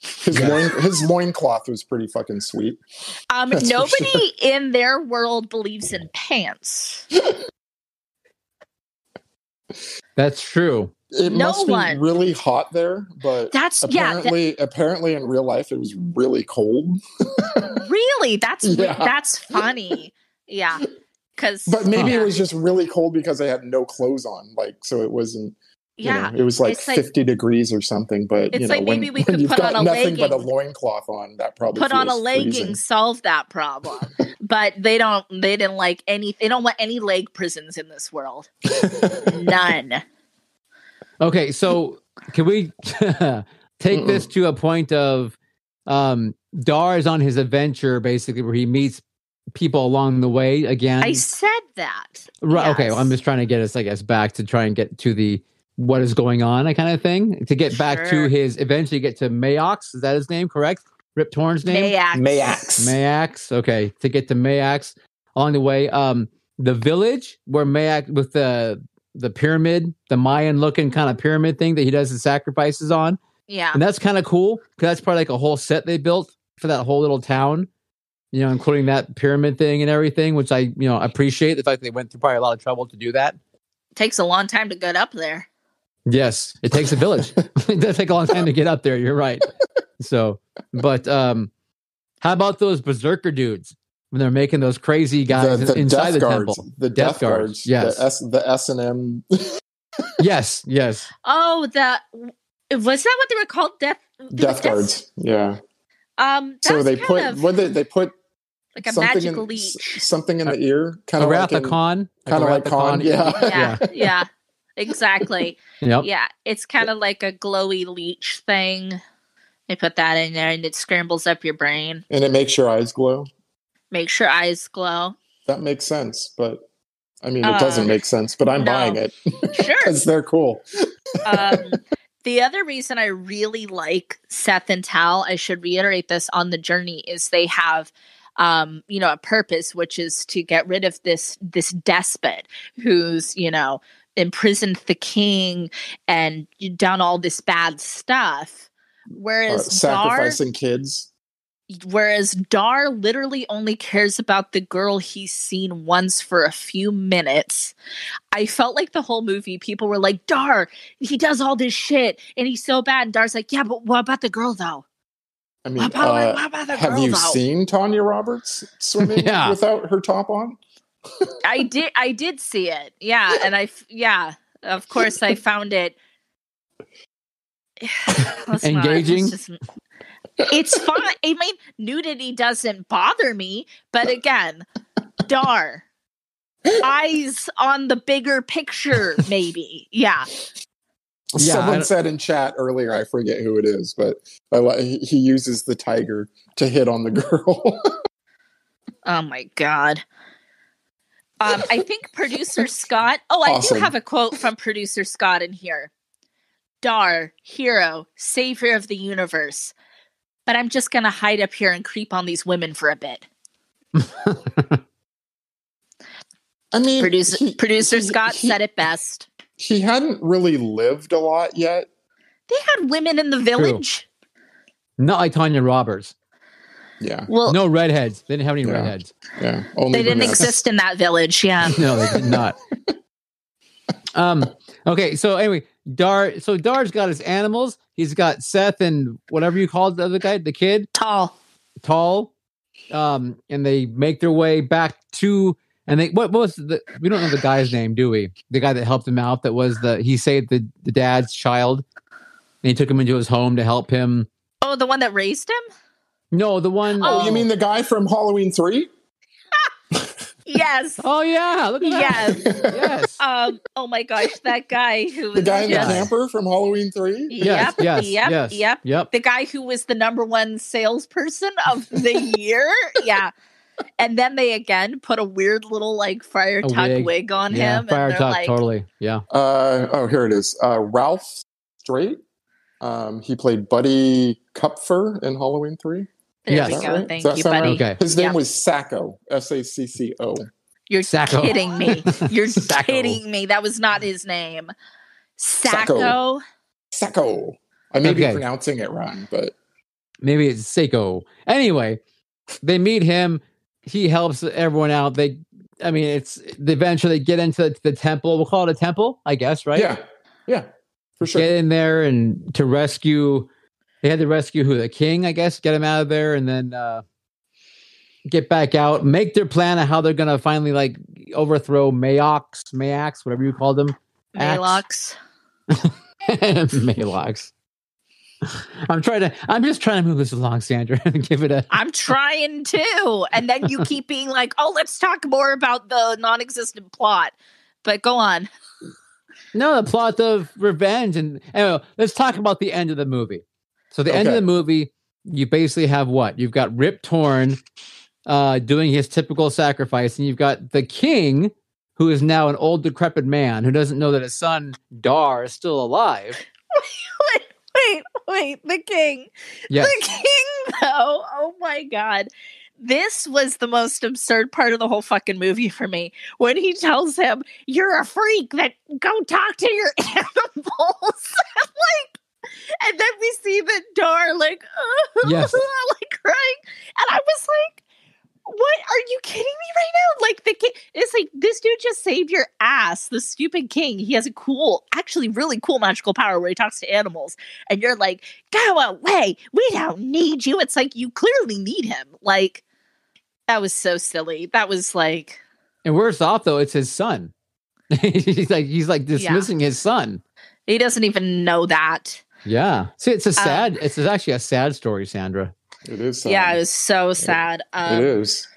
His loin, his loincloth was pretty fucking sweet.
Um,
That's for
nobody in their world believes in pants.
That's true.
It
No
must be
one.
really hot there, but
That's yeah, th-
apparently, apparently in real life it was really cold.
really. That's wi-
Yeah.
that's funny. Yeah, because
But maybe
yeah,
it was just really cold because they had no clothes on, like so it wasn't. You
yeah.
know, it was like
It's like-
fifty degrees or something. But
It's
you know,
like
when,
maybe we
when
could
you've
put
got
on a
nothing but a
legging.
loincloth on, that probably
put on a
feels
legging
freezing.
solve that problem but they don't they didn't like any they don't want any leg prisons in this
[laughs]
world none
Okay, so can we [laughs] take
Mm-mm.
this to a point of um Dar is on his adventure basically where he meets people along the way again.
i said that
Right. Okay. well, I'm
Yes.
just trying to get us, I guess, back to try and get to the what is going on kind of thing to get back to
Sure.
his eventually get to Mayox. Is that his name? Correct. Rip Torn's name.
Mayax.
Mayax.
Mayax. Okay. To get to Mayax along the way, um, the village where Mayax with the the pyramid, the Mayan looking kind of pyramid thing that he does the sacrifices on.
yeah
And that's kind of cool because that's probably like a whole set they built for that whole little town, you know, including that pyramid thing and everything, which I, you know, appreciate the fact they went through probably a lot of trouble to do that.
takes a long time to get up there
Yes, it takes a
[laughs]
village. [laughs] it does take a long time to get up there. You're right. So, but um how about those berserker dudes when they're making those crazy guys inside the temple?
the
Death
death,
guards,
guards,
yes.
the S, the S and
[laughs]
M.
Yes, yes.
oh the was that what they were called death there was
death guards. Yeah.
um that
So
was
they
kind
put
of
what they they put
like a
something
magic
in,
leech
s- something in the ear, kind of like in-
Arathacon.
kinda like Khan, [laughs] yeah.
yeah yeah
[laughs]
exactly
Yep.
yeah it's kind of like a glowy leech thing they put that in there and it scrambles up your brain
and it makes your eyes glow.
makes your eyes glow.
That makes sense, but I mean, it
Uh,
doesn't make sense. But I'm
no.
buying it [laughs]
Sure.
because they're cool.
um, the other reason I really like Seth and Tal, I should reiterate this on the journey, is they have um you know a purpose which is to get rid of this this despot who's you know imprisoned the king and done all this bad stuff
Uh,
whereas Dar
sacrificing kids.
whereas Dar literally only cares about the girl he's seen once for a few minutes. I felt like the whole movie people were like, "Dar, he does all this shit and he's so bad." And Dar's like, "Yeah, but what about the girl though?
I mean,
What about,
uh,
what about the
have
girl
you
though?"
seen Tanya Roberts swimming
[laughs] Yeah.
without her top on?
I did I did see it. Yeah, and I f- yeah, of course I found it [sighs] Let's not- let's
Engaging?
just- it's fine. I mean, nudity doesn't bother me, but again, dar eyes on the bigger picture maybe. Yeah.
Yeah, I
Someone
don't-
said in chat earlier, I forget who it is, but I, li- he he uses the tiger to hit on the [laughs] girl.
Oh my god. Um, I think
[laughs]
producer Scott. Oh, I
Awesome.
do have a quote from producer Scott in here. Dar, hero, savior of the universe. But I'm just gonna hide up here and creep on these women for a bit.
I mean,
Producer
he-
producer
he-
Scott
he-
said it best.
he hadn't really lived a lot yet.
They had women in the village.
Not like Tanya Roberts.
Yeah,
Well,
No redheads. They didn't have any
Yeah.
redheads.
yeah. Only
they didn't
Vanessa.
exist in that village.
[laughs]
Yeah.
no, they did not. um. Okay. So anyway, Dar. So Dar's got his animals. He's got Seth and whatever you called the other guy, the kid,
Tall.
tall. Um, and they make their way back to. And they what, what was the? We don't know the guy's name, do we? The guy that helped him out. That was the he saved the the dad's child, and he took him into his home to help him.
Oh, the one that raised him?
No, the one
Oh, you mean the guy from Halloween
[laughs]
Three? [laughs]
Yes.
Oh yeah, look at
Yes.
that. Yes.
Um, oh my gosh, that guy who
The
was
guy in the
Yes.
just-
camper from Halloween Three?
yes.
Yep,
Yes.
yep,
yes.
yep.
Yep.
the guy who was the number one salesperson of the
[laughs]
year. yeah. And then they again put a weird little like friar
A
tuck
wig.
wig. on
yeah.
him.
Fire
and they're
talk.
like,
totally. Yeah.
Uh, oh, here it is. Uh, Ralph Straight. Um, he played Buddy Kupfer in Halloween 3.
There
Yes.
we
Is that
go.
right?
Thank
Does that
you,
sound
buddy.
right?
Okay.
His name
Yeah.
was Sacco, S A C C O.
You're
Sacco.
kidding
[laughs]
me. You're
Sacco.
kidding me. That was not his name.
Sacco.
Sacco.
Sacco. I may be
Okay.
pronouncing it wrong, but
Maybe it's Seiko. Anyway, they meet him. He helps everyone out. They, I mean, it's they eventually get into the temple. We'll call it a temple, I guess, right?
yeah, yeah, for sure.
Get in there and to rescue. They had to rescue who the king, I guess, get him out of there, and then uh, get back out. Make their plan of how they're gonna finally like overthrow Mayox, Mayax, whatever you call [laughs] them. Axe.
Malox.
Malox. I'm trying to. I'm just trying to move this along, Sandra. [laughs] Give it a.
I'm trying to. And then you keep being like, oh, let's talk more about the non existent plot. But go on.
No, the plot of revenge, and anyway, let's talk about the end of the movie. So the end of
Okay.
the movie, you basically have what you've got Rip Torn uh, doing his typical sacrifice, and you've got the king, who is now an old decrepit man who doesn't know that his son Dar is still alive.
Wait, wait, the king.
Yes,
The king, though. Oh my God. This was the most absurd part of the whole fucking movie for me. When he tells him, You're a freak, that go talk to your [laughs] animals. like, and then we see the door, like, [laughs]
Yes.
like crying. And I was like, What are you kidding me right now? Like, the king, it's like, this dude just saved your ass, the stupid king. He has a cool, actually, really cool magical power where he talks to animals. And you're like, go away. We don't need you. It's like you clearly need him. Like that was so silly. That was like
and worse off though, it's his son. [laughs] he's like he's like dismissing his son.
he doesn't even know that.
Yeah. See, it's a
Um,
sad. it's actually a sad story, Sandra.
it is.
yeah,
um,
it was so sad.
it
Um,
is.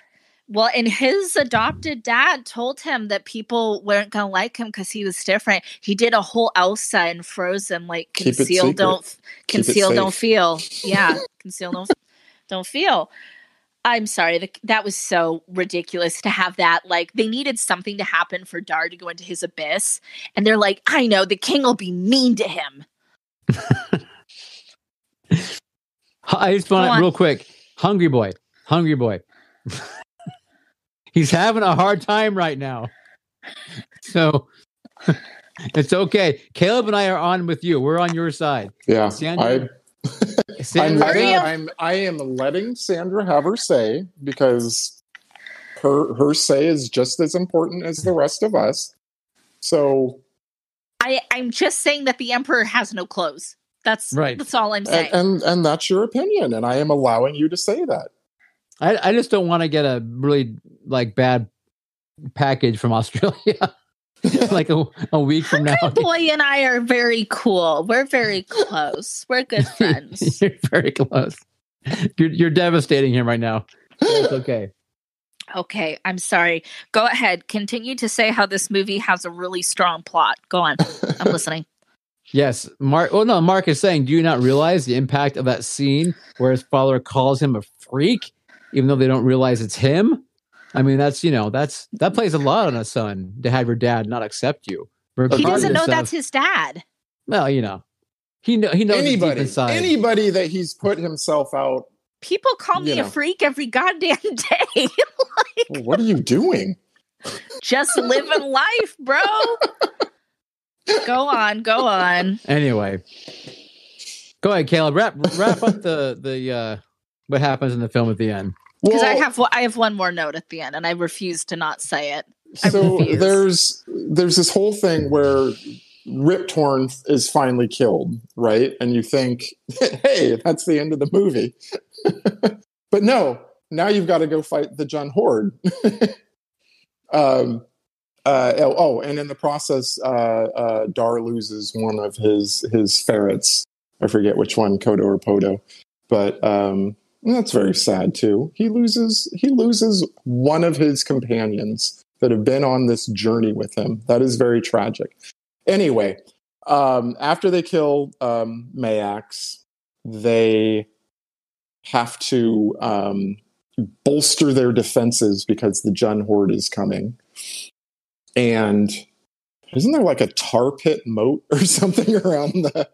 well, and his adopted dad told him that people weren't gonna like him because he was different. He did a whole Elsa and Frozen, like
Keep it
conceal,
secret.
don't
Keep it
conceal, don't
safe.
feel. Yeah,
[laughs]
conceal, don't don't feel. I'm sorry. The, that was so ridiculous to have that. Like, they needed something to happen for Dar to go into his abyss. And they're like, I know, the king will be mean to him.
I just
Go
want
on.
it real quick. Hungry boy, hungry boy. [laughs] He's having a hard time right now, so [laughs] it's okay. Caleb and I are on with you. We're on your side.
Yeah,
Sandra,
I, I'm
Sandra,
letting,
you?
I'm I am letting Sandra have her say because her her say is just as important as the rest of us. So
I, I'm just saying that the emperor has no clothes. That's
Right.
That's all I'm
and,
saying.
and and that's your opinion, and I am allowing you to say that.
I, I just don't want to get a really like bad package from Australia, [laughs] like a, a week from
Oh,
now. [laughs]
Good boy and I are very cool. We're
[laughs]
very close. We're good friends.
you're very close. You're, you're devastating him right now. It's okay.
Okay, I'm sorry. Go ahead. Continue to say how this movie has a really strong plot. Go on. I'm
[laughs]
listening.
Yes, Mark. Oh no, Mark is saying, do you not realize the impact of that scene where his father calls him a freak, even though they don't realize it's him? I mean, that's you know, that's that plays a lot on a son to have your dad not accept you.
He doesn't know
regardless
that's
of-
his dad.
Well, you know, he know he knows it's deep
anybody,
inside.
anybody that he's put himself out.
People call me
You
a
know.
freak every goddamn [laughs] day.
What are you doing?
Just living life, bro. go on, go on.
Anyway, go ahead, Caleb. Wrap wrap up the the uh what happens in the film at the end.
Because I have I have one more note at the end, and I refuse to not say it. I
so
refuse.
there's there's this whole thing where Rip Torn is finally killed, right? And you think, [laughs] hey, that's the end of the movie. [laughs] but no, now you've got to go fight the Jun Horde. [laughs] um, uh, oh, oh, and in the process, uh, uh, Dar loses one of his his ferrets. I forget which one, Kodo or Podo, but um, that's very sad too. He loses he loses one of his companions that have been on this journey with him. That is very tragic. Anyway, um, after they kill um, Mayax, they have to um, bolster their defenses because the Jun horde is coming. [laughs] And isn't there like a tar pit moat or something around the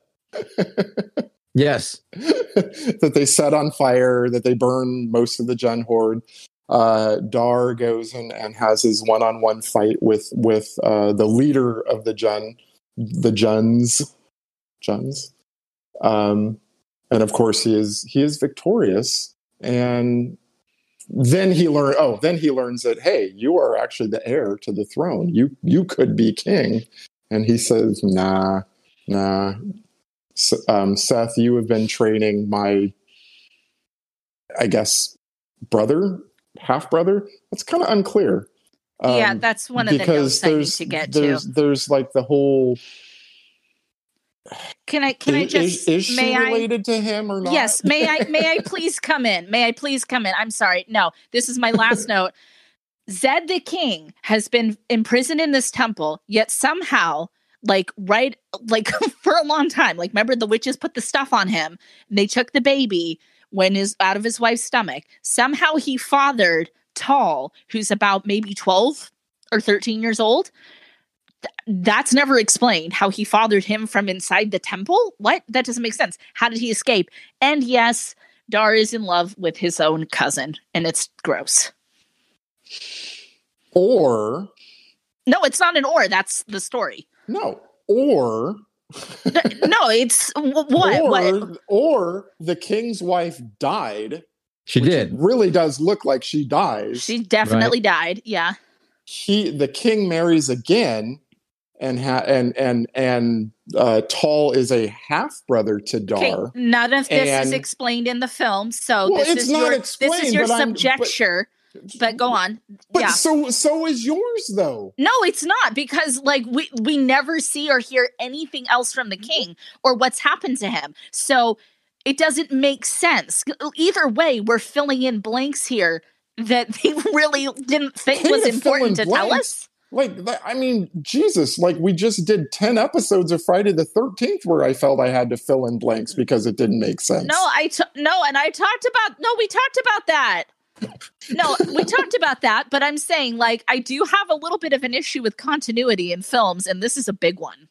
Yes.
[laughs] that they set on fire, that they burn most of the Jun horde. Uh, Dar goes and, and has his one on one fight with with uh, the leader of the Jun, the Juns, Juns, um, and of course he is he is victorious. And then he learn oh then he learns that hey you are actually the heir to the throne you you could be king, and he says nah nah S- um, Seth, you have been training my, I guess, brother, half brother. That's kind of unclear. Um,
yeah, that's one of the notes I need
there's-
to get
there's,
to.
There's like the whole.
Can I? Can I
is, is-
just?
is she
may I?
related to him or not?
Yes, may I may I please come in? May I please come in? I'm sorry. No, this is my last note. Zed the king has been imprisoned in this temple, yet somehow like right like [laughs] for a long time. Like remember the witches put the stuff on him and they took the baby when is out of his wife's stomach. Somehow he fathered Tall, who's about maybe 12 or 13 years old. Th- that's never explained how he fathered him from inside the temple. What? That doesn't make sense. How did he escape? And yes, Dar is in love with his own cousin, and it's gross.
Or
No, it's not an or. That's the story.
no. Or
No, it's wh- what?
or
what?
or the king's wife died.
She did.
Really does look like she dies.
She definitely died. Yeah.
he the king marries again and ha- and and and uh tall is a half brother to dar
Okay. None of this is
And-
explained in the film, so
Well,
this
it's
is
not
your this
explained,
is your
but I'm- but-
subjecture. But, go on.
but
yeah.
so so is yours though
No, it's not because like we we never see or hear anything else from
Mm-hmm.
the king or what's happened to him. So it doesn't make sense. uh, Either way, we're filling in blanks here that they [laughs] really didn't think
They
was
didn't fill
important to
in
tell
blanks.
us.
like that- i mean jesus like we just did 10 episodes of friday the 13th where i felt i had to fill in blanks because it didn't make sense
No, I t- no, and I talked about no, we talked about that. No, we talked about that, but I'm saying like I do have a little bit of an issue with continuity in films, and this is a big one.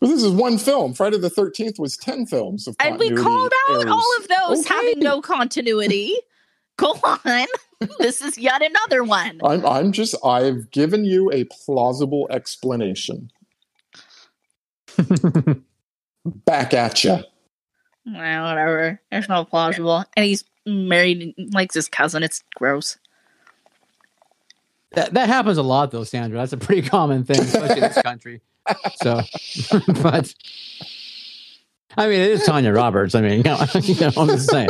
But this is one film friday the 13th was 10 films of
And we
continuity
called out
errors.
all of those
Okay.
having no continuity. [laughs] Go on. [laughs] this is yet another one.
Oh.
I'm, I'm just i've given you a plausible explanation
[laughs]
back at you
Well, whatever. There's no plausible. And he's married and likes his cousin. It's gross.
that, that happens a lot, though, Sandra. That's a pretty common thing, especially in this country. So, [laughs] but I mean, it is Tanya Roberts. I mean, you know, [laughs] you know, I'm just saying.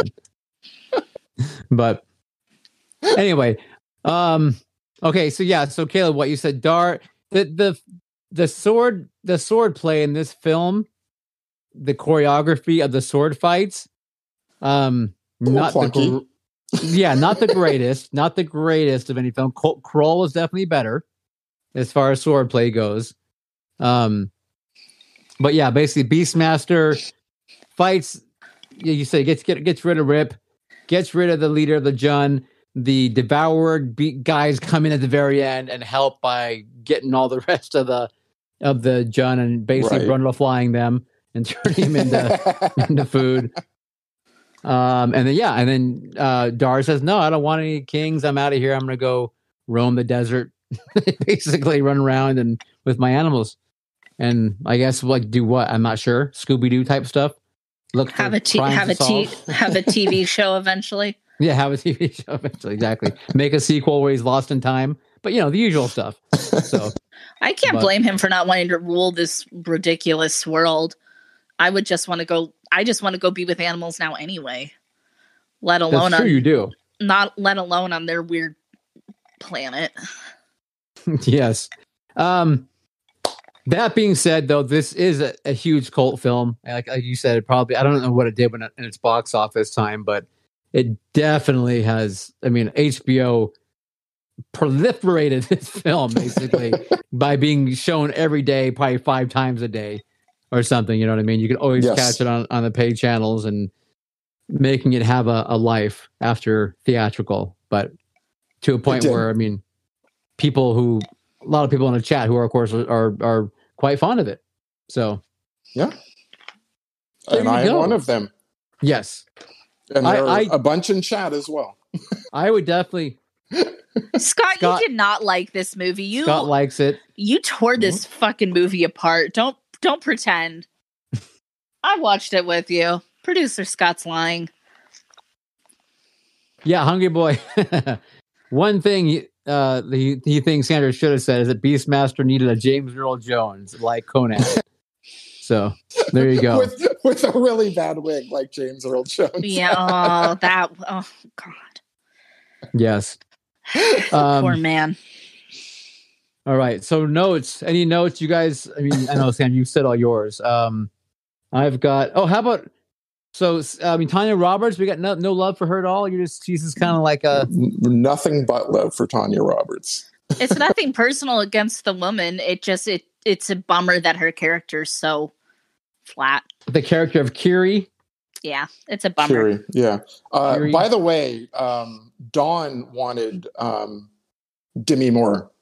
But anyway, um, okay, so yeah, so Caleb, what you said, Dar, the the the sword, the sword play in this film, the choreography of the sword fights, um,
little
not the
clunky.
gr- yeah, not the greatest, not the greatest of any film. Crawl- Crawl is definitely better as far as sword play goes. Um, but yeah, basically Beastmaster fights. yeah, You say gets get, gets rid of Rip, gets rid of the leader of the Jun. The devoured be- guys come in at the very end and help by getting all the [laughs] rest of the of the Jun and basically
Right.
Brundle flying them and uh, turning them
[laughs]
into [laughs] into food. Um, and then yeah, and then uh, Dar says, "No, I don't want any kings. I'm out of here. I'm gonna go roam the desert, [laughs] basically run around and with my animals, and I guess like do what? I'm not sure. Scooby Doo type stuff. Look, for
Have a t-
crimes
have
to
a t-
solve. [laughs]
have a TV show eventually.
yeah, have a TV show eventually. Exactly. Make a sequel where he's lost in time, but you know the usual stuff. So
I can't
But-
blame him for not wanting to rule this ridiculous world. I would just want to go I just want to go be with animals now anyway. Let alone
that's true.
on
You do.
not let alone on their weird planet.
[laughs] yes. Um, that being said, though, this is a, a huge cult film. Like, like you said, it probably I don't know what it did when it, in its box office time, but it definitely has. I mean, HBO proliferated [laughs] this film basically by being shown every day, probably five times a day or something. You know what I mean? You can always
Yes.
catch it on on the paid channels and making it have a, a life after theatrical, but to a point
did.
where I mean, people who a lot of people in the chat who are of course are are quite fond of it. So There
and
you
I am
go.
one of them.
Yes,
And
I-
there are
I-
a bunch in chat as well.
I would definitely.
Scott,
Scott-
you did not like this movie. You
Scott likes it.
you tore this fucking movie apart. Don't
[laughs]
don't pretend. I watched it with you. Producer
[laughs]
Scott's lying.
Yeah, Hungry Boy. [laughs] One thing uh, he, he thinks Sanders should have said is that Beastmaster needed a James Earl Jones like
[laughs]
Conan. so there you go.
with, with a really bad wig like James Earl Jones.
Yeah, oh, that oh god.
yes.
[laughs] Poor
Um,
man.
all right. So notes. Any notes you guys? I mean, I know Sam, you said all yours. Um, I've got. Oh, how about? So s- I mean, Tanya Roberts. We got no no love for her at all. You're just she's just kind of like uh, a.
N- Nothing but love for Tanya Roberts.
It's nothing personal against the woman. It just it it's a bummer that her character's so flat.
the character of Kiri.
Yeah, it's a bummer.
Curie, yeah. Uh,
Curie.
by the way, um, Dawn wanted um, Demi Moore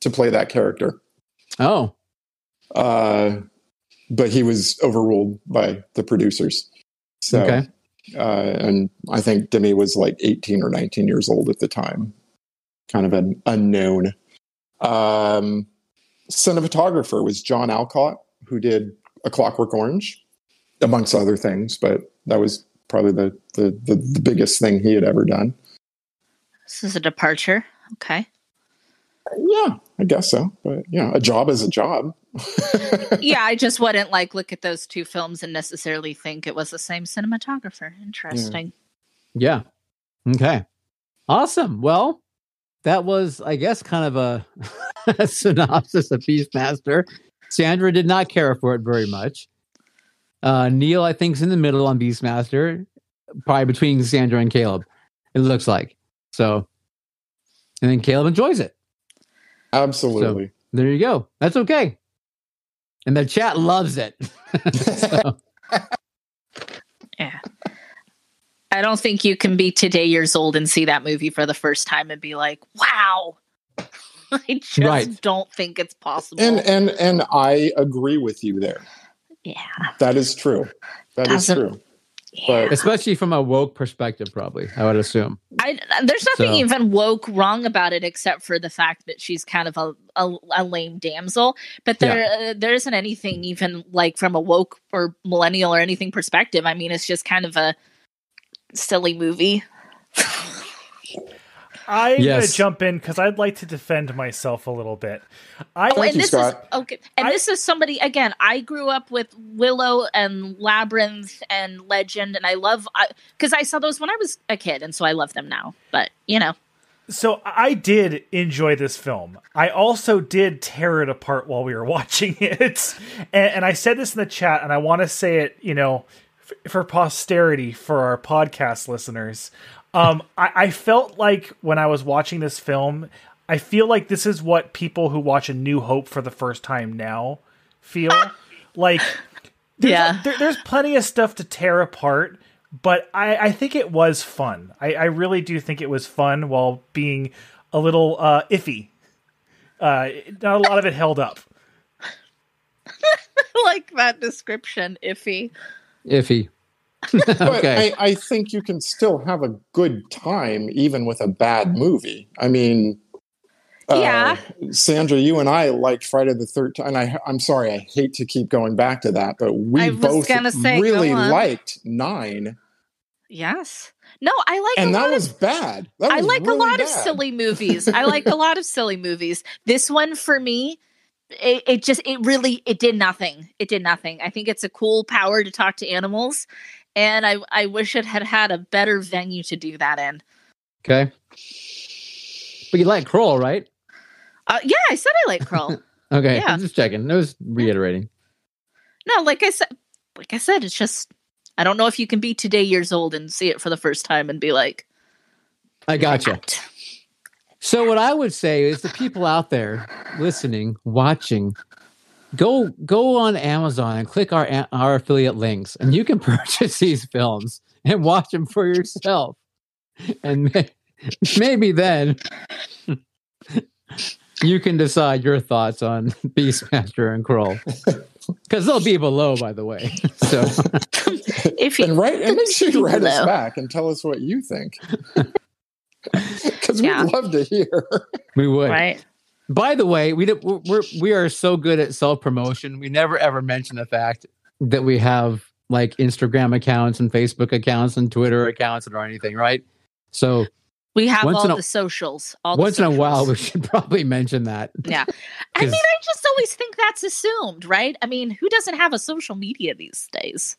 to play that character,
Oh,
uh, but he was overruled by the producers. So,
okay.
uh, and I think Demi was like 18 or 19 years old at the time, kind of an unknown. Um, cinematographer was John Alcott, who did A Clockwork Orange, amongst other things, but that was probably the, the, the, the biggest thing he had ever done.
This is a departure. Okay.
Yeah, I guess so. But yeah, a job is a job. [laughs]
Yeah, I just wouldn't like look at those two films and necessarily think it was the same cinematographer. Interesting.
Yeah. Okay. Awesome. Well, that was, I guess, kind of a [laughs] synopsis of Beastmaster. Sandra did not care for it very much. Uh, Neil, I think, is in the middle on Beastmaster, probably between Sandra and Caleb. It looks like so. And then Caleb enjoys it.
Absolutely.
There you go. That's okay. And the chat loves it. [laughs] So,
I don't think you can be today years old and see that movie for the first time and be like, wow. [laughs] I just
Right.
don't think it's possible.
and and and I agree with you there.
yeah.
That is true. That is
Doesn't- [laughs]
true.
yeah.
But
especially from a woke perspective, probably, I would assume.
I, there's nothing
So-
even woke wrong about it except for the fact that she's kind of a, a, a lame damsel. But there uh, there isn't anything even like from a woke or millennial or anything perspective. I mean, it's just kind of a silly movie.
I'm gonna
Yes.
jump in because I'd like to defend myself a little bit. I
Oh, and
you,
this
Scott.
is okay. And
I-
this is somebody again. I grew up with Willow and Labyrinth and Legend, and I love because I, saw those when I was a kid, and so I love them now. But you know,
so I did enjoy this film. I also did tear it apart while we were [laughs] watching it, and, and I said this in the chat, and I want to say it, you know, f- for posterity for our podcast listeners. Um, I, I felt like when I was watching this film, I feel like this is what people who watch A New Hope for the first time now feel like. There's,
Yeah.
there, there's plenty of stuff to tear apart, but I, I think it was fun. I, I really do think it was fun while being a little uh, iffy. Uh, not a lot of it held up.
[laughs] I like that description, iffy.
[laughs] Iffy.
but
okay.
I, I think you can still have a good time even with a bad movie. I mean, uh,
Yeah.
Sandra, you and I liked Friday the Thirteenth, and I, I'm sorry, I hate to keep going back to that, but
I
we
was
both
gonna say, go
really
on.
liked Nine,
Yes. No, I like
and
a lot
that
of
was bad. That
I
was
like
really
a lot of
bad.
silly movies. I like
[laughs]
a lot of silly movies. This one for me, it, it just it really it did nothing. It did nothing. I think it's a cool power to talk to animals, and I I wish it had had a better venue to do that in.
Okay. But you like Kroll, right?
Uh, yeah, I said I like
[laughs]
Krull.
Okay.
Yeah.
Just checking. I was reiterating.
no, like I said, like I said, it's just I don't know if you can be today years old and see it for the first time and be like,
I gotcha. So what I would say is the people out there listening, watching, go go on Amazon and click our a- our affiliate links, and you can [laughs] purchase these films and watch them for yourself. And [laughs] may, maybe then you can decide your thoughts on Beastmaster and Kroll. because they'll be below, by the way. So
If you,
And write
[laughs]
and make sure you write us
Hello.
back and tell us what you
[laughs]
think. [laughs] Because we'd
Yeah.
love to hear.
we would.
right.
By the way, we did, we're, we're we are so good at self promotion. We never ever mention the fact that we have like Instagram accounts and Facebook accounts and Twitter accounts or anything, right? So
We have
Once in
all
a-
the socials. All the
once in a while, we
socials.
should [laughs] probably mention that.
Yeah. I mean,
'Cause-
I just always think that's assumed, right? I mean, who doesn't have a social media these days?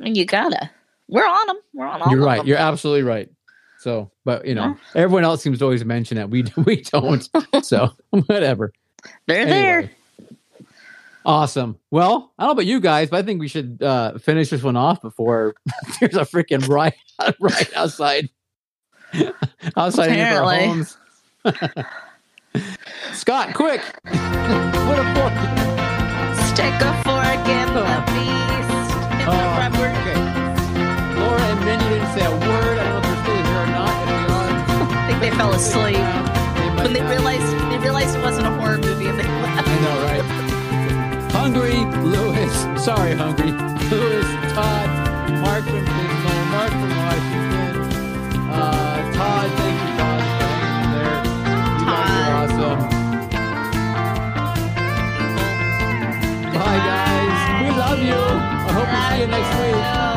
I mean, you gotta. We're on them. We're on all
You're
of
right.
them.
You're absolutely right. So, but you know, everyone else seems to always mention that we [laughs] we don't. so [laughs] whatever.
They're there.
Anyway. Awesome. Well, I don't know about you guys, but I think we should uh, finish this one off before [laughs] there's a freaking riot [laughs] right outside [laughs] outside any of our
Apparently.
homes. [laughs] Scott, quick! [laughs] What a fork.
Stick a fork in the beast. In the
Oh,
rubber.
okay. Laura and Mindy didn't say a word. I don't know if they're still here or not. If they are,
I think they fell asleep when they realized they realized it wasn't a horror movie and they left.
I know, right? Hungry, Lewis. Sorry, hungry. Lewis, Todd, Mark from Bismarck, Mark from Washington. Uh, Todd, thank you, Todd. for hanging There. You guys are awesome. Bye, guys. We love you. I hope we see you next week.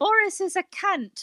Boris is a cunt.